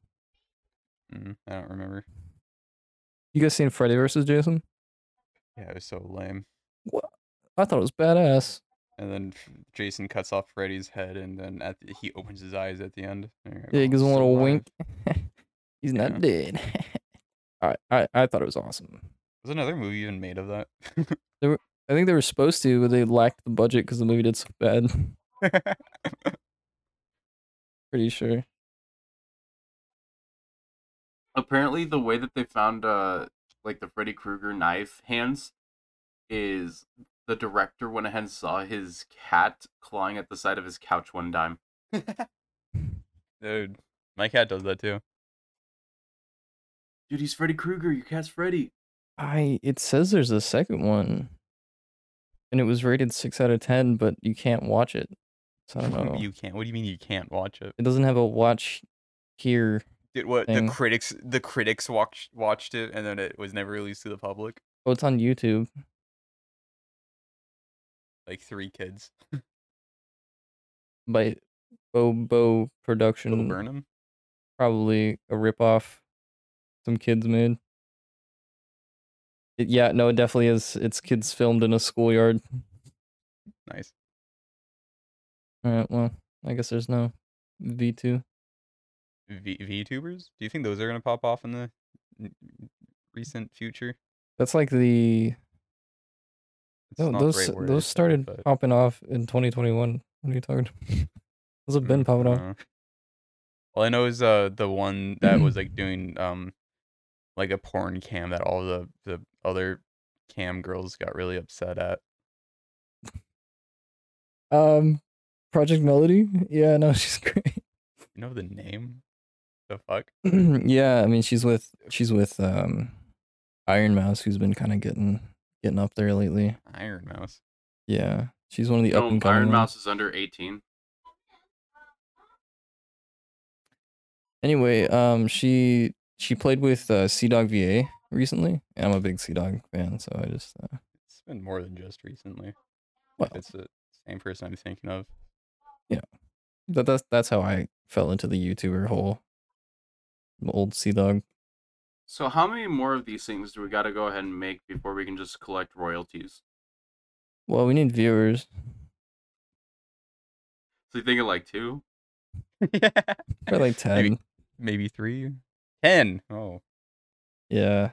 Speaker 3: Mm, I don't remember.
Speaker 1: You guys seen Freddy versus Jason?
Speaker 3: Yeah, it was so lame.
Speaker 1: I thought it was badass.
Speaker 3: And then f- Jason cuts off Freddy's head, and then at the, he opens his eyes at the end. and you're like,
Speaker 1: Yeah, he
Speaker 3: "Oh,
Speaker 1: gives him a
Speaker 3: he's
Speaker 1: little
Speaker 3: still alive."
Speaker 1: wink. He's
Speaker 3: Yeah.
Speaker 1: not dead. I, I I thought it was awesome.
Speaker 3: Was another movie even made of that?
Speaker 1: I think they were supposed to, but they lacked the budget because the movie did so bad. Pretty sure.
Speaker 2: Apparently, the way that they found uh like the Freddy Krueger knife hands is the director went ahead and saw his cat clawing at the side of his couch one time.
Speaker 3: Dude, my cat does that too.
Speaker 2: Dude, he's Freddy Krueger. Your cat's Freddy.
Speaker 1: I it says there's a second one, and it was rated six out of ten, but you can't watch it. So I don't know.
Speaker 3: you can't. What do you mean you can't watch it?
Speaker 1: it doesn't have a watch here.
Speaker 3: Did what
Speaker 1: thing.
Speaker 3: the critics the critics watched watched it, and then it was never released to the public.
Speaker 1: Oh, it's on YouTube.
Speaker 3: Like three kids,
Speaker 1: by Bobo
Speaker 3: Little
Speaker 1: Production,
Speaker 3: Burnham.
Speaker 1: probably a ripoff some kids made. It- yeah, no, it definitely is. It's kids filmed in a schoolyard.
Speaker 3: Nice.
Speaker 1: All right, well, I guess there's no V2.
Speaker 3: V- VTubers? Do you think those are gonna pop off in the n- recent future?
Speaker 1: That's like the
Speaker 3: It's
Speaker 1: no,
Speaker 3: not the
Speaker 1: those
Speaker 3: right word,
Speaker 1: those
Speaker 3: I
Speaker 1: started
Speaker 3: but-
Speaker 1: popping off in 2021. What are you talking? about? those have been
Speaker 3: Mm,
Speaker 1: popping
Speaker 3: I
Speaker 1: off.
Speaker 3: dunno. All I know is uh the one that was like doing um like a porn cam that all the the other cam girls got really upset at.
Speaker 1: Um, Project Melody. Yeah, no, she's great.
Speaker 3: You know the name? The fuck?
Speaker 1: yeah, I mean she's with she's with um Iron Mouse who's been kind of getting getting up there lately.
Speaker 3: Iron Mouse.
Speaker 1: Yeah. She's one of the up
Speaker 2: No,
Speaker 1: and coming.
Speaker 2: Iron
Speaker 1: ones.
Speaker 2: Mouse is under eighteen.
Speaker 1: Anyway, um she she played with uh Sea Dog VA recently. And I'm a big Sea Dog fan, so I just uh,
Speaker 3: It's been more than just recently.
Speaker 1: well,
Speaker 3: It's the same person I'm thinking of.
Speaker 1: that, that's that's how I fell into the YouTuber hole. The old Sea Dog.
Speaker 2: So how many more of these things do we got to go ahead and make before we can just collect royalties?
Speaker 1: Well, we need viewers.
Speaker 2: So you thinking like two?
Speaker 1: Probably like ten.
Speaker 3: Maybe, maybe three. Ten. Oh.
Speaker 1: Yeah.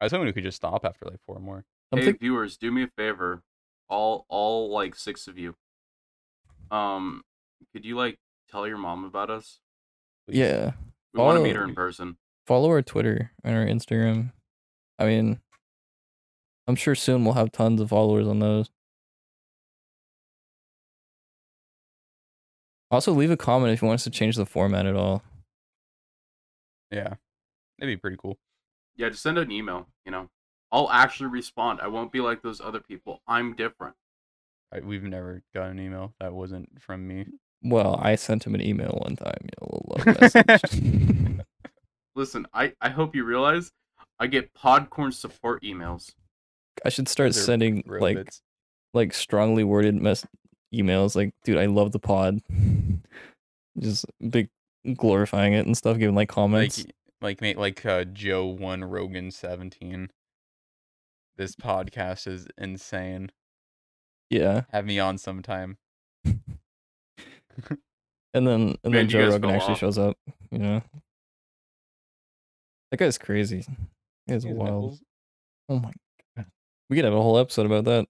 Speaker 3: I was hoping we could just stop after like four more.
Speaker 1: I'm
Speaker 2: hey
Speaker 1: think-
Speaker 2: viewers, do me a favor, all all like six of you. Um, could you like tell your mom about us?
Speaker 3: please.
Speaker 1: yeah.
Speaker 2: We want to meet
Speaker 1: Oh.
Speaker 2: her in person.
Speaker 1: follow our Twitter and our Instagram. I mean, I'm sure soon we'll have tons of followers on those. Also, leave a comment if you want us to change the format at all.
Speaker 3: Yeah. That'd be pretty cool.
Speaker 2: Yeah, just send an email. You know, I'll actually respond. I won't be like those other people. I'm different.
Speaker 3: I, we've never got an email that wasn't from me.
Speaker 1: Mm, Well, I sent him an email one time, you know, a little love message.
Speaker 2: Listen, I I hope you realize I get Podcorn support emails.
Speaker 1: I should start
Speaker 3: Those are
Speaker 1: sending
Speaker 3: real
Speaker 1: like
Speaker 3: bits.
Speaker 1: like strongly worded mess emails like, dude, I love the pod. Just big glorifying it and stuff, giving like
Speaker 3: like
Speaker 1: comments.
Speaker 3: like ma- like uh, Joe one Rogan seventeen. This podcast is insane.
Speaker 1: Yeah.
Speaker 3: Have me on sometime.
Speaker 1: And then and
Speaker 2: Man,
Speaker 1: then
Speaker 2: you
Speaker 1: Joe
Speaker 2: guys
Speaker 1: Rogan
Speaker 2: go
Speaker 1: actually
Speaker 2: off.
Speaker 1: shows up, you know. That guy's crazy. That guy's
Speaker 3: These
Speaker 1: wild. Oh my god. We could have a whole episode about that.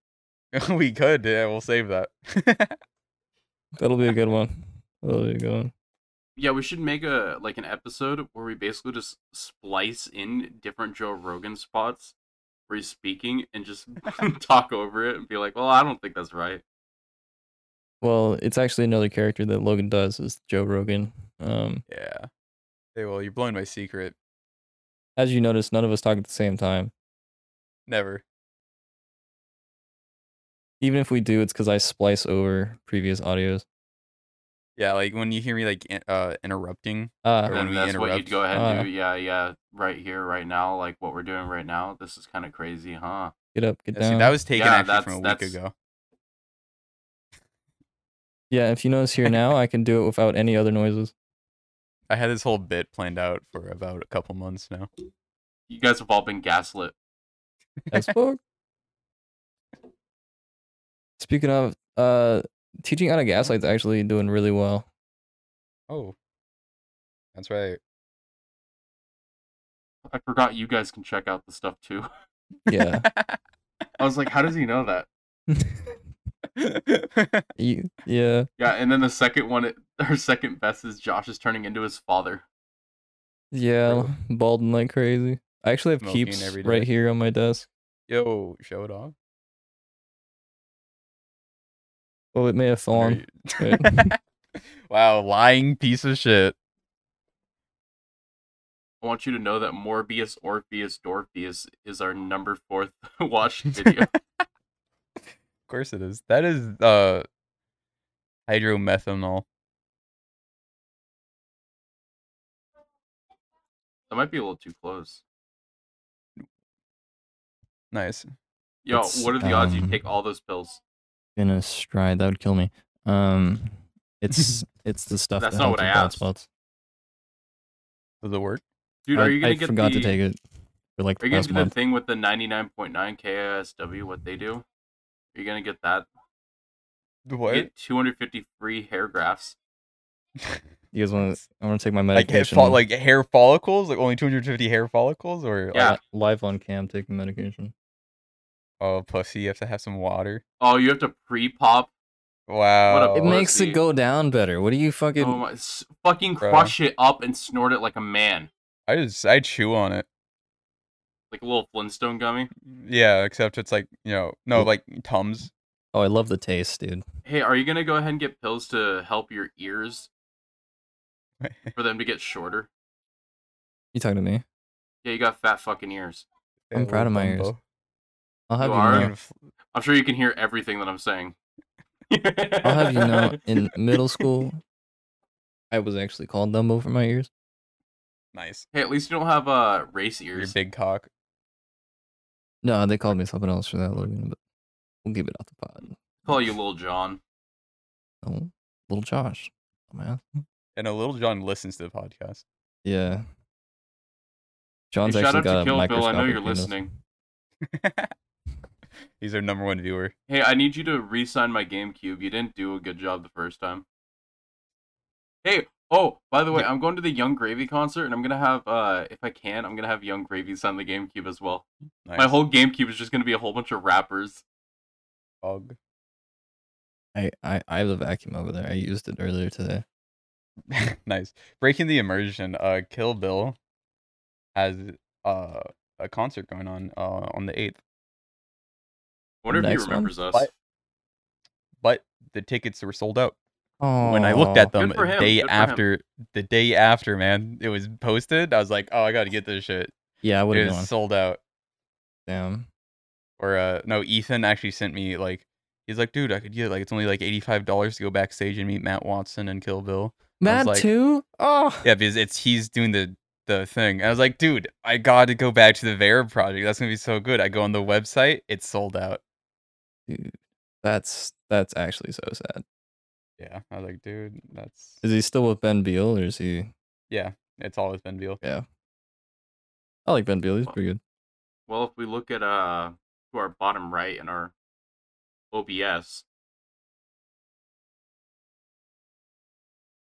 Speaker 3: nipples. we could. Yeah, we'll save that.
Speaker 1: That'll be a good one. That'll be a good one.
Speaker 2: Yeah, we should make a like an episode where we basically just splice in different Joe Rogan spots where he's speaking and just talk over it and be like, "Well, I don't think that's right."
Speaker 1: Well, it's actually another character that Logan does is Joe Rogan. Um,
Speaker 3: yeah. Hey, well, you're blowing my secret.
Speaker 1: as you notice, none of us talk at the same time.
Speaker 3: Never.
Speaker 1: Even if we do, it's because I splice over previous audios.
Speaker 3: Yeah, like when you hear me like in, uh interrupting.
Speaker 1: Uh,
Speaker 3: Or when
Speaker 2: And
Speaker 3: we
Speaker 2: that's what
Speaker 3: interrupt. Uh.
Speaker 2: you'd go ahead and
Speaker 1: Ah.
Speaker 2: do. Yeah, yeah, right here, right now, like what we're doing right now. This is kind of crazy, huh?
Speaker 1: get up, get
Speaker 3: Yeah, uh, see,
Speaker 1: down.
Speaker 3: that was taken
Speaker 2: Yeah,
Speaker 3: actually from
Speaker 2: that's-
Speaker 3: a week
Speaker 2: that's-
Speaker 3: ago.
Speaker 1: yeah, if you notice here now, I can do it without any other noises.
Speaker 3: I had this whole bit planned out for about a couple months now.
Speaker 2: You guys have all been gaslit.
Speaker 1: As fuck. Speaking of, uh, teaching out of gaslight's actually doing really well.
Speaker 3: Oh. That's right.
Speaker 2: I forgot you guys can check out the stuff too.
Speaker 1: Yeah,
Speaker 2: I was like, "How does he know that?"
Speaker 1: you, yeah.
Speaker 2: Yeah, and then the second one, her second best is Josh is turning into his father.
Speaker 1: Yeah,
Speaker 3: True.
Speaker 1: balding like crazy. I actually have
Speaker 3: Smoking
Speaker 1: keeps
Speaker 3: every
Speaker 1: right
Speaker 3: day.
Speaker 1: here on my desk.
Speaker 3: Yo, show it off.
Speaker 1: Well, it may have
Speaker 3: Or
Speaker 1: fallen.
Speaker 3: you- wow, lying piece of shit.
Speaker 2: I want you to know that Morbius Orpheus Dorpheus is our number fourth watched video.
Speaker 3: Of course it is. That is uh hydromethanol.
Speaker 2: that might be a little too close.
Speaker 3: Nice.
Speaker 2: Yo,
Speaker 1: It's,
Speaker 2: what are the odds you
Speaker 1: um,
Speaker 2: take all those pills?
Speaker 1: In a stride, that would kill me. Um, it's it's the stuff
Speaker 2: That's
Speaker 1: that helps
Speaker 2: not what
Speaker 1: with
Speaker 2: I
Speaker 1: bald
Speaker 2: asked.
Speaker 1: spots.
Speaker 3: Does it work?
Speaker 2: Dude,
Speaker 1: I,
Speaker 2: are you gonna
Speaker 1: I
Speaker 2: get
Speaker 1: forgot
Speaker 2: the,
Speaker 1: to take it for like
Speaker 2: Are
Speaker 1: the
Speaker 2: you gonna
Speaker 1: past
Speaker 2: do the
Speaker 1: month.
Speaker 2: thing with the 99.9 KISW, what they do? Are you gonna get that?
Speaker 3: The
Speaker 2: You
Speaker 3: what?
Speaker 2: Get 250 free hair grafts.
Speaker 1: You guys want? to? I want to take my
Speaker 3: like hair,
Speaker 1: medication.
Speaker 3: fo- like hair follicles? Like only 250 hair follicles? Or
Speaker 2: Yeah.
Speaker 1: li- live on cam, taking medication.
Speaker 3: oh pussy, you have to have some water.
Speaker 2: Oh, you have to pre-pop.
Speaker 3: Wow.
Speaker 1: It
Speaker 2: Or
Speaker 1: makes
Speaker 2: the-
Speaker 1: it go down better. What do you fucking?
Speaker 2: Oh my, s- fucking
Speaker 3: Bro.
Speaker 2: crush it up and snort it like a man,
Speaker 3: I just I chew on it.
Speaker 2: like a little Flintstone gummy.
Speaker 3: Yeah, except it's like, you know, no,
Speaker 1: Oop.
Speaker 3: like Tums.
Speaker 1: oh, I love the taste, dude.
Speaker 2: Hey, are you gonna go ahead and get pills to help your ears for them to get shorter?
Speaker 1: You talking to me?
Speaker 2: Yeah, you got fat fucking ears.
Speaker 1: I'm
Speaker 3: Yeah,
Speaker 1: proud of
Speaker 3: little
Speaker 1: my ears.
Speaker 3: Dumbo.
Speaker 1: I'll have
Speaker 2: You
Speaker 1: you,
Speaker 2: are?
Speaker 1: know.
Speaker 3: Fucking f-
Speaker 2: I'm sure you can hear everything that I'm saying.
Speaker 1: I'll have you know. In middle school, I was actually called Dumbo for my ears.
Speaker 3: Nice.
Speaker 2: Hey, at least you don't have uh race
Speaker 3: Your
Speaker 2: ears.
Speaker 3: big cock.
Speaker 1: No, they called me something else for that, Logan. But we'll give it off the pod.
Speaker 2: Call you Little John.
Speaker 1: Oh, little Josh. Oh, man.
Speaker 3: And a little John listens to the podcast.
Speaker 1: Yeah.
Speaker 2: Hey,
Speaker 1: John's
Speaker 2: shout
Speaker 1: actually
Speaker 2: out
Speaker 1: got
Speaker 2: to
Speaker 1: a
Speaker 2: Kill Bill. I
Speaker 1: microscopic
Speaker 2: know you're
Speaker 1: penis.
Speaker 2: listening.
Speaker 3: He's our number one viewer.
Speaker 2: Hey, I need you to re-sign my GameCube. You didn't do a good job the first time. Hey, oh, by the way, I'm going to the Young Gravy concert, and I'm gonna have, uh, if I can, I'm gonna have Young Gravy sign the GameCube as well.
Speaker 3: Nice.
Speaker 2: My whole GameCube is just gonna be a whole bunch of rappers.
Speaker 3: Dog.
Speaker 1: I, I, I have a vacuum over there. I used it earlier today.
Speaker 3: nice. Breaking the immersion. Uh, Kill Bill has uh a concert going on uh on the eighth,
Speaker 2: I wonder if
Speaker 1: Next
Speaker 2: he
Speaker 1: one.
Speaker 2: remembers us.
Speaker 3: But- but the tickets were sold out.
Speaker 1: Oh,
Speaker 3: When I looked at them
Speaker 2: Good for him,
Speaker 3: day
Speaker 2: good for him.
Speaker 3: after, the day after, man, it was posted. I was like, oh, I gotta get this shit.
Speaker 1: yeah, I would
Speaker 3: it
Speaker 1: have
Speaker 3: was
Speaker 1: gone.
Speaker 3: sold out.
Speaker 1: Damn.
Speaker 3: Or uh, no, Ethan actually sent me like. He's like, dude, I could get it. like it's only like eighty five dollars to go backstage and meet Matt Watson and Kill Bill.
Speaker 1: Mad
Speaker 3: like-
Speaker 1: too? Oh,
Speaker 3: Yeah, because it's he's doing the the thing. And I was like, dude, I got to go back to the Vera project. That's gonna be so good. I go on the website, it's sold out.
Speaker 1: dude, that's that's actually so sad.
Speaker 3: Yeah, I was like, dude, that's
Speaker 1: Is he still with Ben Beal or is he?
Speaker 3: yeah, it's always been Beal.
Speaker 1: I like Ben Beal. He's pretty good.
Speaker 2: Well, if we look at uh to our bottom right in our OBS.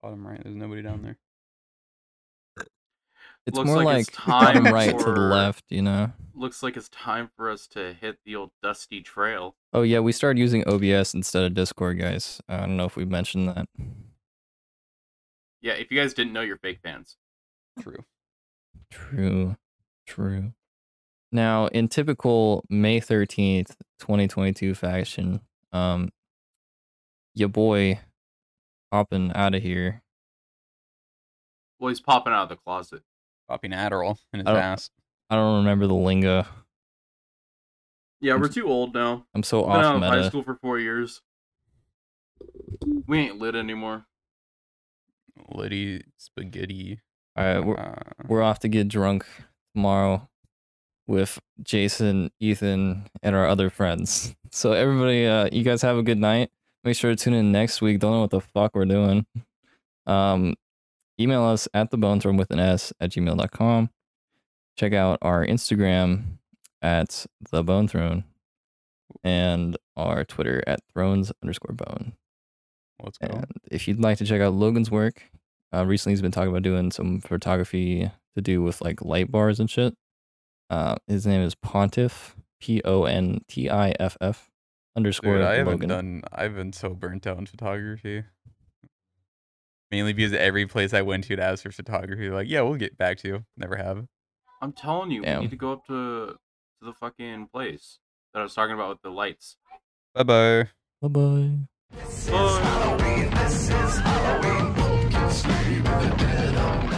Speaker 3: Bottom right, there's nobody down there.
Speaker 1: It's
Speaker 2: Looks
Speaker 1: more
Speaker 2: like
Speaker 1: like,
Speaker 2: it's
Speaker 1: bottom
Speaker 2: time
Speaker 1: right to the
Speaker 2: for-
Speaker 1: left, you know.
Speaker 2: Looks like it's time for us to hit the old dusty trail.
Speaker 1: Oh yeah, we started using OBS instead of Discord, guys. I don't know if we mentioned that.
Speaker 2: Yeah, if you guys didn't know, you're fake fans.
Speaker 3: True.
Speaker 1: True, true. Now, in typical May thirteenth, twenty twenty two fashion, um, your boy hopping out of here.
Speaker 2: Well, he's popping out of the closet.
Speaker 3: Popping Adderall in his
Speaker 1: I don't-
Speaker 3: ass.
Speaker 1: I don't remember the lingo.
Speaker 2: Yeah, we're too old now.
Speaker 1: I'm so
Speaker 2: Been out
Speaker 1: off
Speaker 2: of high
Speaker 1: meta.
Speaker 2: school for four years. We ain't lit anymore.
Speaker 3: Liddy spaghetti.
Speaker 1: All right, we're
Speaker 3: uh,
Speaker 1: we're off to get drunk tomorrow with Jason, Ethan, and our other friends. So everybody, uh, you guys have a good night. Make sure to tune in next week. Don't know what the fuck we're doing. Um, email us at the bones room with an s at gmail.com. Check out our Instagram at the bone throne and our Twitter at thrones underscore bone.
Speaker 3: let's go.
Speaker 1: And if you'd like to check out Logan's work, uh, recently he's been talking about doing some photography to do with like light bars and shit. Uh, his name is Pontiff, P O N T I F F underscore
Speaker 3: Dude, I haven't
Speaker 1: Logan.
Speaker 3: done. I've been so burnt out in photography. Mainly because every place I went to to ask for photography, like, yeah, we'll get back to you. Never have.
Speaker 2: I'm telling you,
Speaker 1: Damn.
Speaker 2: we need to go up to to the fucking place that I was talking about with the lights.
Speaker 3: Bye bye.
Speaker 1: Bye bye.
Speaker 2: Bye.
Speaker 5: Halloween, this is Halloween. Pumpkin slay with the dead on